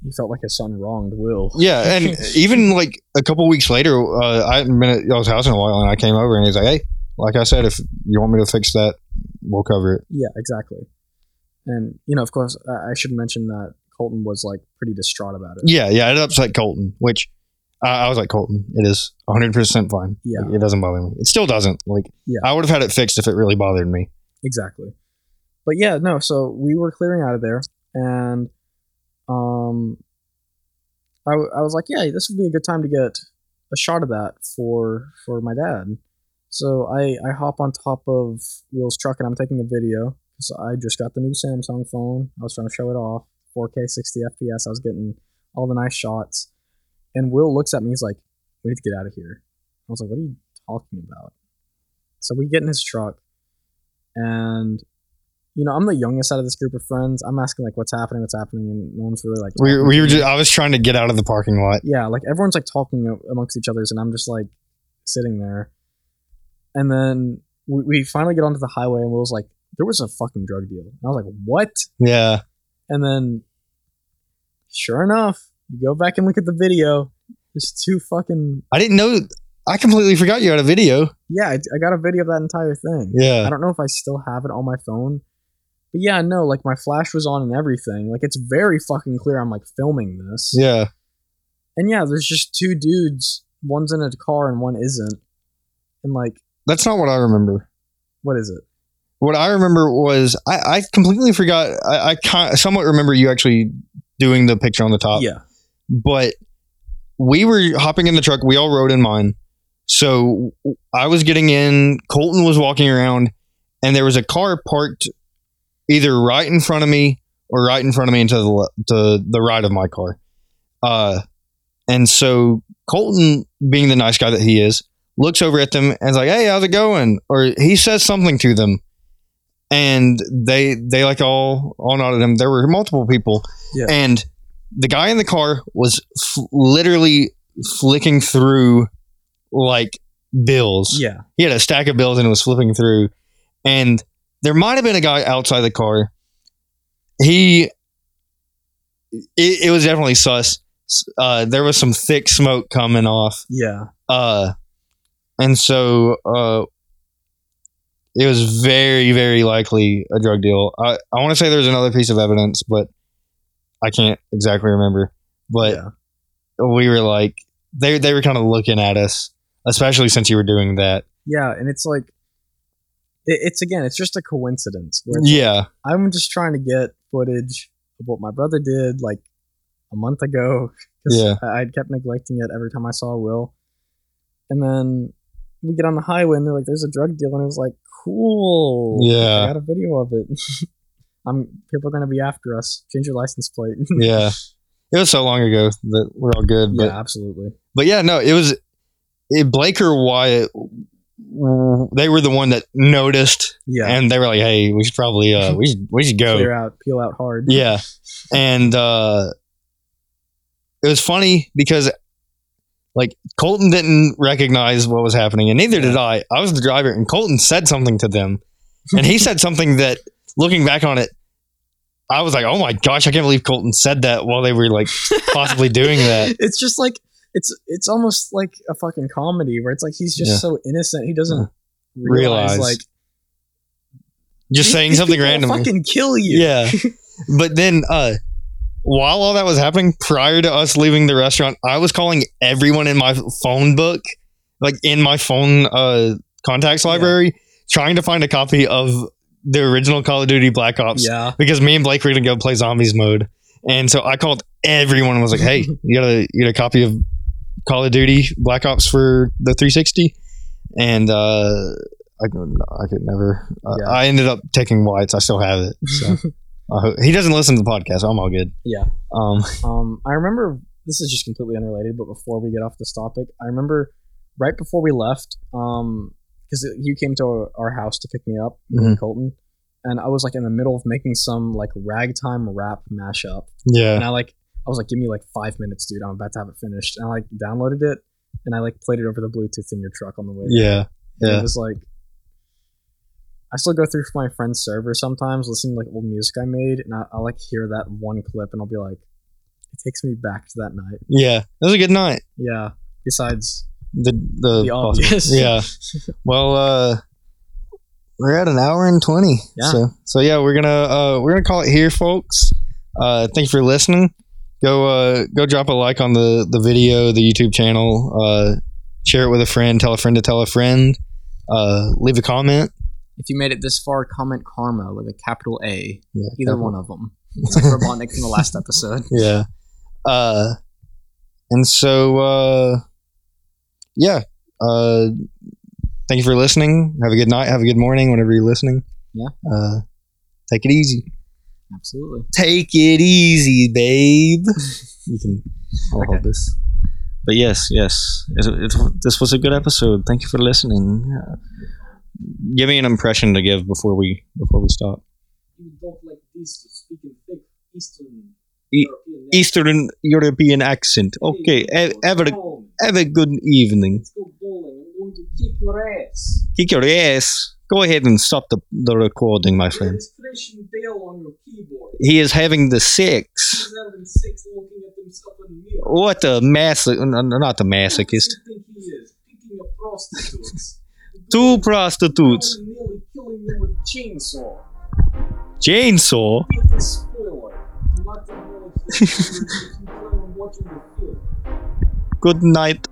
he felt like his son wronged will Yeah. And even like a couple weeks later, uh, I hadn't been at y'all's house in a while, and I came over and he's like, hey, like I said, if you want me to fix that, we'll cover it. yeah exactly and you know of course i, I should mention that colton was like pretty distraught about it Yeah. Yeah. It upset Colton, which I I was like, Colton, it is 100% fine. Yeah. It doesn't bother me. It still doesn't. Like, Yeah. I would have had it fixed if it really bothered me. exactly but yeah no so we were clearing out of there and um I, w- I was like yeah this would be a good time to get a shot of that for for my dad so i i hop on top of will's truck and i'm taking a video because i just got the new samsung phone i was trying to show it off 4k 60 fps i was getting all the nice shots and will looks at me he's like we need to get out of here i was like what are you talking about so we get in his truck and you know i'm the youngest out of this group of friends i'm asking like what's happening what's happening and no one's really like We, talking we to were me. just, I was trying to get out of the parking lot. yeah like everyone's like talking a- amongst each other's and i'm just like sitting there and then we, we finally get onto the highway and will's like there was a fucking drug deal and i was like what Yeah. and then sure enough you go back and look at the video there's two fucking I didn't know. I completely forgot you had a video. yeah i, I got a video of that entire thing Yeah. I don't know if I still have it on my phone. But yeah, no, like my flash was on and everything. Like it's very fucking clear I'm like filming this. Yeah. And yeah, there's just two dudes. One's in a car and one isn't. And like, That's not what I remember. what is it? What I remember was I, I completely forgot. I, I con- somewhat remember you actually doing the picture on the top. yeah. But we were hopping in the truck. We all rode in mine. So I was getting in. Colton was walking around, and there was a car parked either right in front of me or right in front of me and to the le- to the right of my car. Uh, and so Colton, being the nice guy that he is, looks over at them and is like, "Hey, how's it going?" Or he says something to them, and they they like all all nodded him. There were multiple people, Yeah. and the guy in the car was f- literally flicking through like bills. Yeah. He had a stack of bills and was flipping through, and there might have been a guy outside the car. He, it, it was definitely sus. Uh, there was some thick smoke coming off Yeah. uh and so uh it was very very likely a drug deal i i want to say there was another piece of evidence but i can't exactly remember but yeah. we were like they they were kind of looking at us especially since you were doing that Yeah. And it's like, it, it's again, it's just a coincidence. Where it's yeah I'm just trying to get footage of what my brother did like a month ago. 'cause Yeah. I I'd kept neglecting it every time I saw Will. And then we get on the highway and they're like, there's a drug deal. And I was like, cool. Yeah. I got a video of it. I'm People are going to be after us. Change your license plate. yeah it was so long ago that we're all good but yeah, absolutely. but yeah, no, it was it, Blake or Wyatt. w- They were the one that noticed, Yeah. and they were like, "Hey, we should probably uh, we should we should go." Clear out, peel out hard. Yeah. And uh, it was funny because Like Colton didn't recognize what was happening, and neither did I. I was the driver, and Colton said something to them, and he said something that, looking back on it, I was like, "Oh my gosh, I can't believe Colton said that while they were like possibly doing that." It's just like it's it's almost like a fucking comedy where it's like he's just Yeah. so innocent he doesn't realize, Realize. like Just "These- saying these something people will randomly. Fucking kill you. Yeah. but then uh while all that was happening prior to us leaving the restaurant, I was calling everyone in my phone book, like in my phone uh contacts Yeah. library, trying to find a copy of the original Call of Duty Black Ops Yeah. because me and Blake were going to go play zombies mode. And so I called everyone and was like, "Hey, you got a you got a copy of Call of Duty Black Ops for the 360?" And uh I could, I could never. Uh, Yeah. I ended up taking White's. I still have it. So I hope, he doesn't listen to the podcast. I'm all good. Yeah. Um. Um, I remember this is just completely unrelated, but before we get off this topic, I remember right before we left, um, because you came to our, our house to pick me up, you Mm-hmm. and Colton, and I was like in the middle of making some like ragtime rap mashup, and Yeah. I like I was like, give me like five minutes, dude, I'm about to have it finished, and I like downloaded it, and I like played it over the Bluetooth in your truck on the way. there. Yeah. And Yeah. It was like I still go through my friend's server sometimes, listening to like old music I made, and I, I like hear that one clip, and I'll be like, it takes me back to that night. Yeah. It was a good night. Yeah. Besides The the, the obvious. Yeah. Well, uh, we're at an hour and twenty. Yeah. So, so yeah, we're gonna uh, we're gonna call it here, folks. Uh, thanks for listening. Go uh, go drop a like on the the video, the YouTube channel. Uh, share it with a friend. Tell a friend to tell a friend. Uh, leave a comment. If you made it this far, comment karma with a capital A. Yeah, Either one of them. It's like Robotnik from the last episode. Yeah. Uh, and so uh, yeah. Uh, thank you for listening. Have a good night. Have a good morning. Whenever you're listening. Yeah. Uh, take it easy. Absolutely. take it easy, babe. You can I'll hold this. But yes, yes, it, it, this was a good episode. Thank you for listening. Uh, give me an impression to give before we before we stop. You don't like these speaking thick Eastern E- European Eastern European accent. Okay, e- have a have a good evening. go bowling. I'm going to kick your ass. Kick your ass. Go ahead and stop the, the recording, my friend. Christian Bale on your keyboard. He is having the six. having sex looking at himself in the mirror. What a masoch Not the masochist. Who do you think he is? Picking up prostitutes. Two prostitutes. Probably nearly killing them with chainsaw. Chainsaw. Get the spoiler. Not the one if you plan on watching the film. Good night.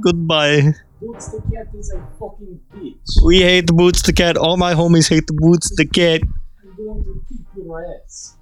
Goodbye. Boots the cat is a fucking bitch. We hate Boots the Cat. All my homies hate Boots the Cat. I'm going to kick your ass.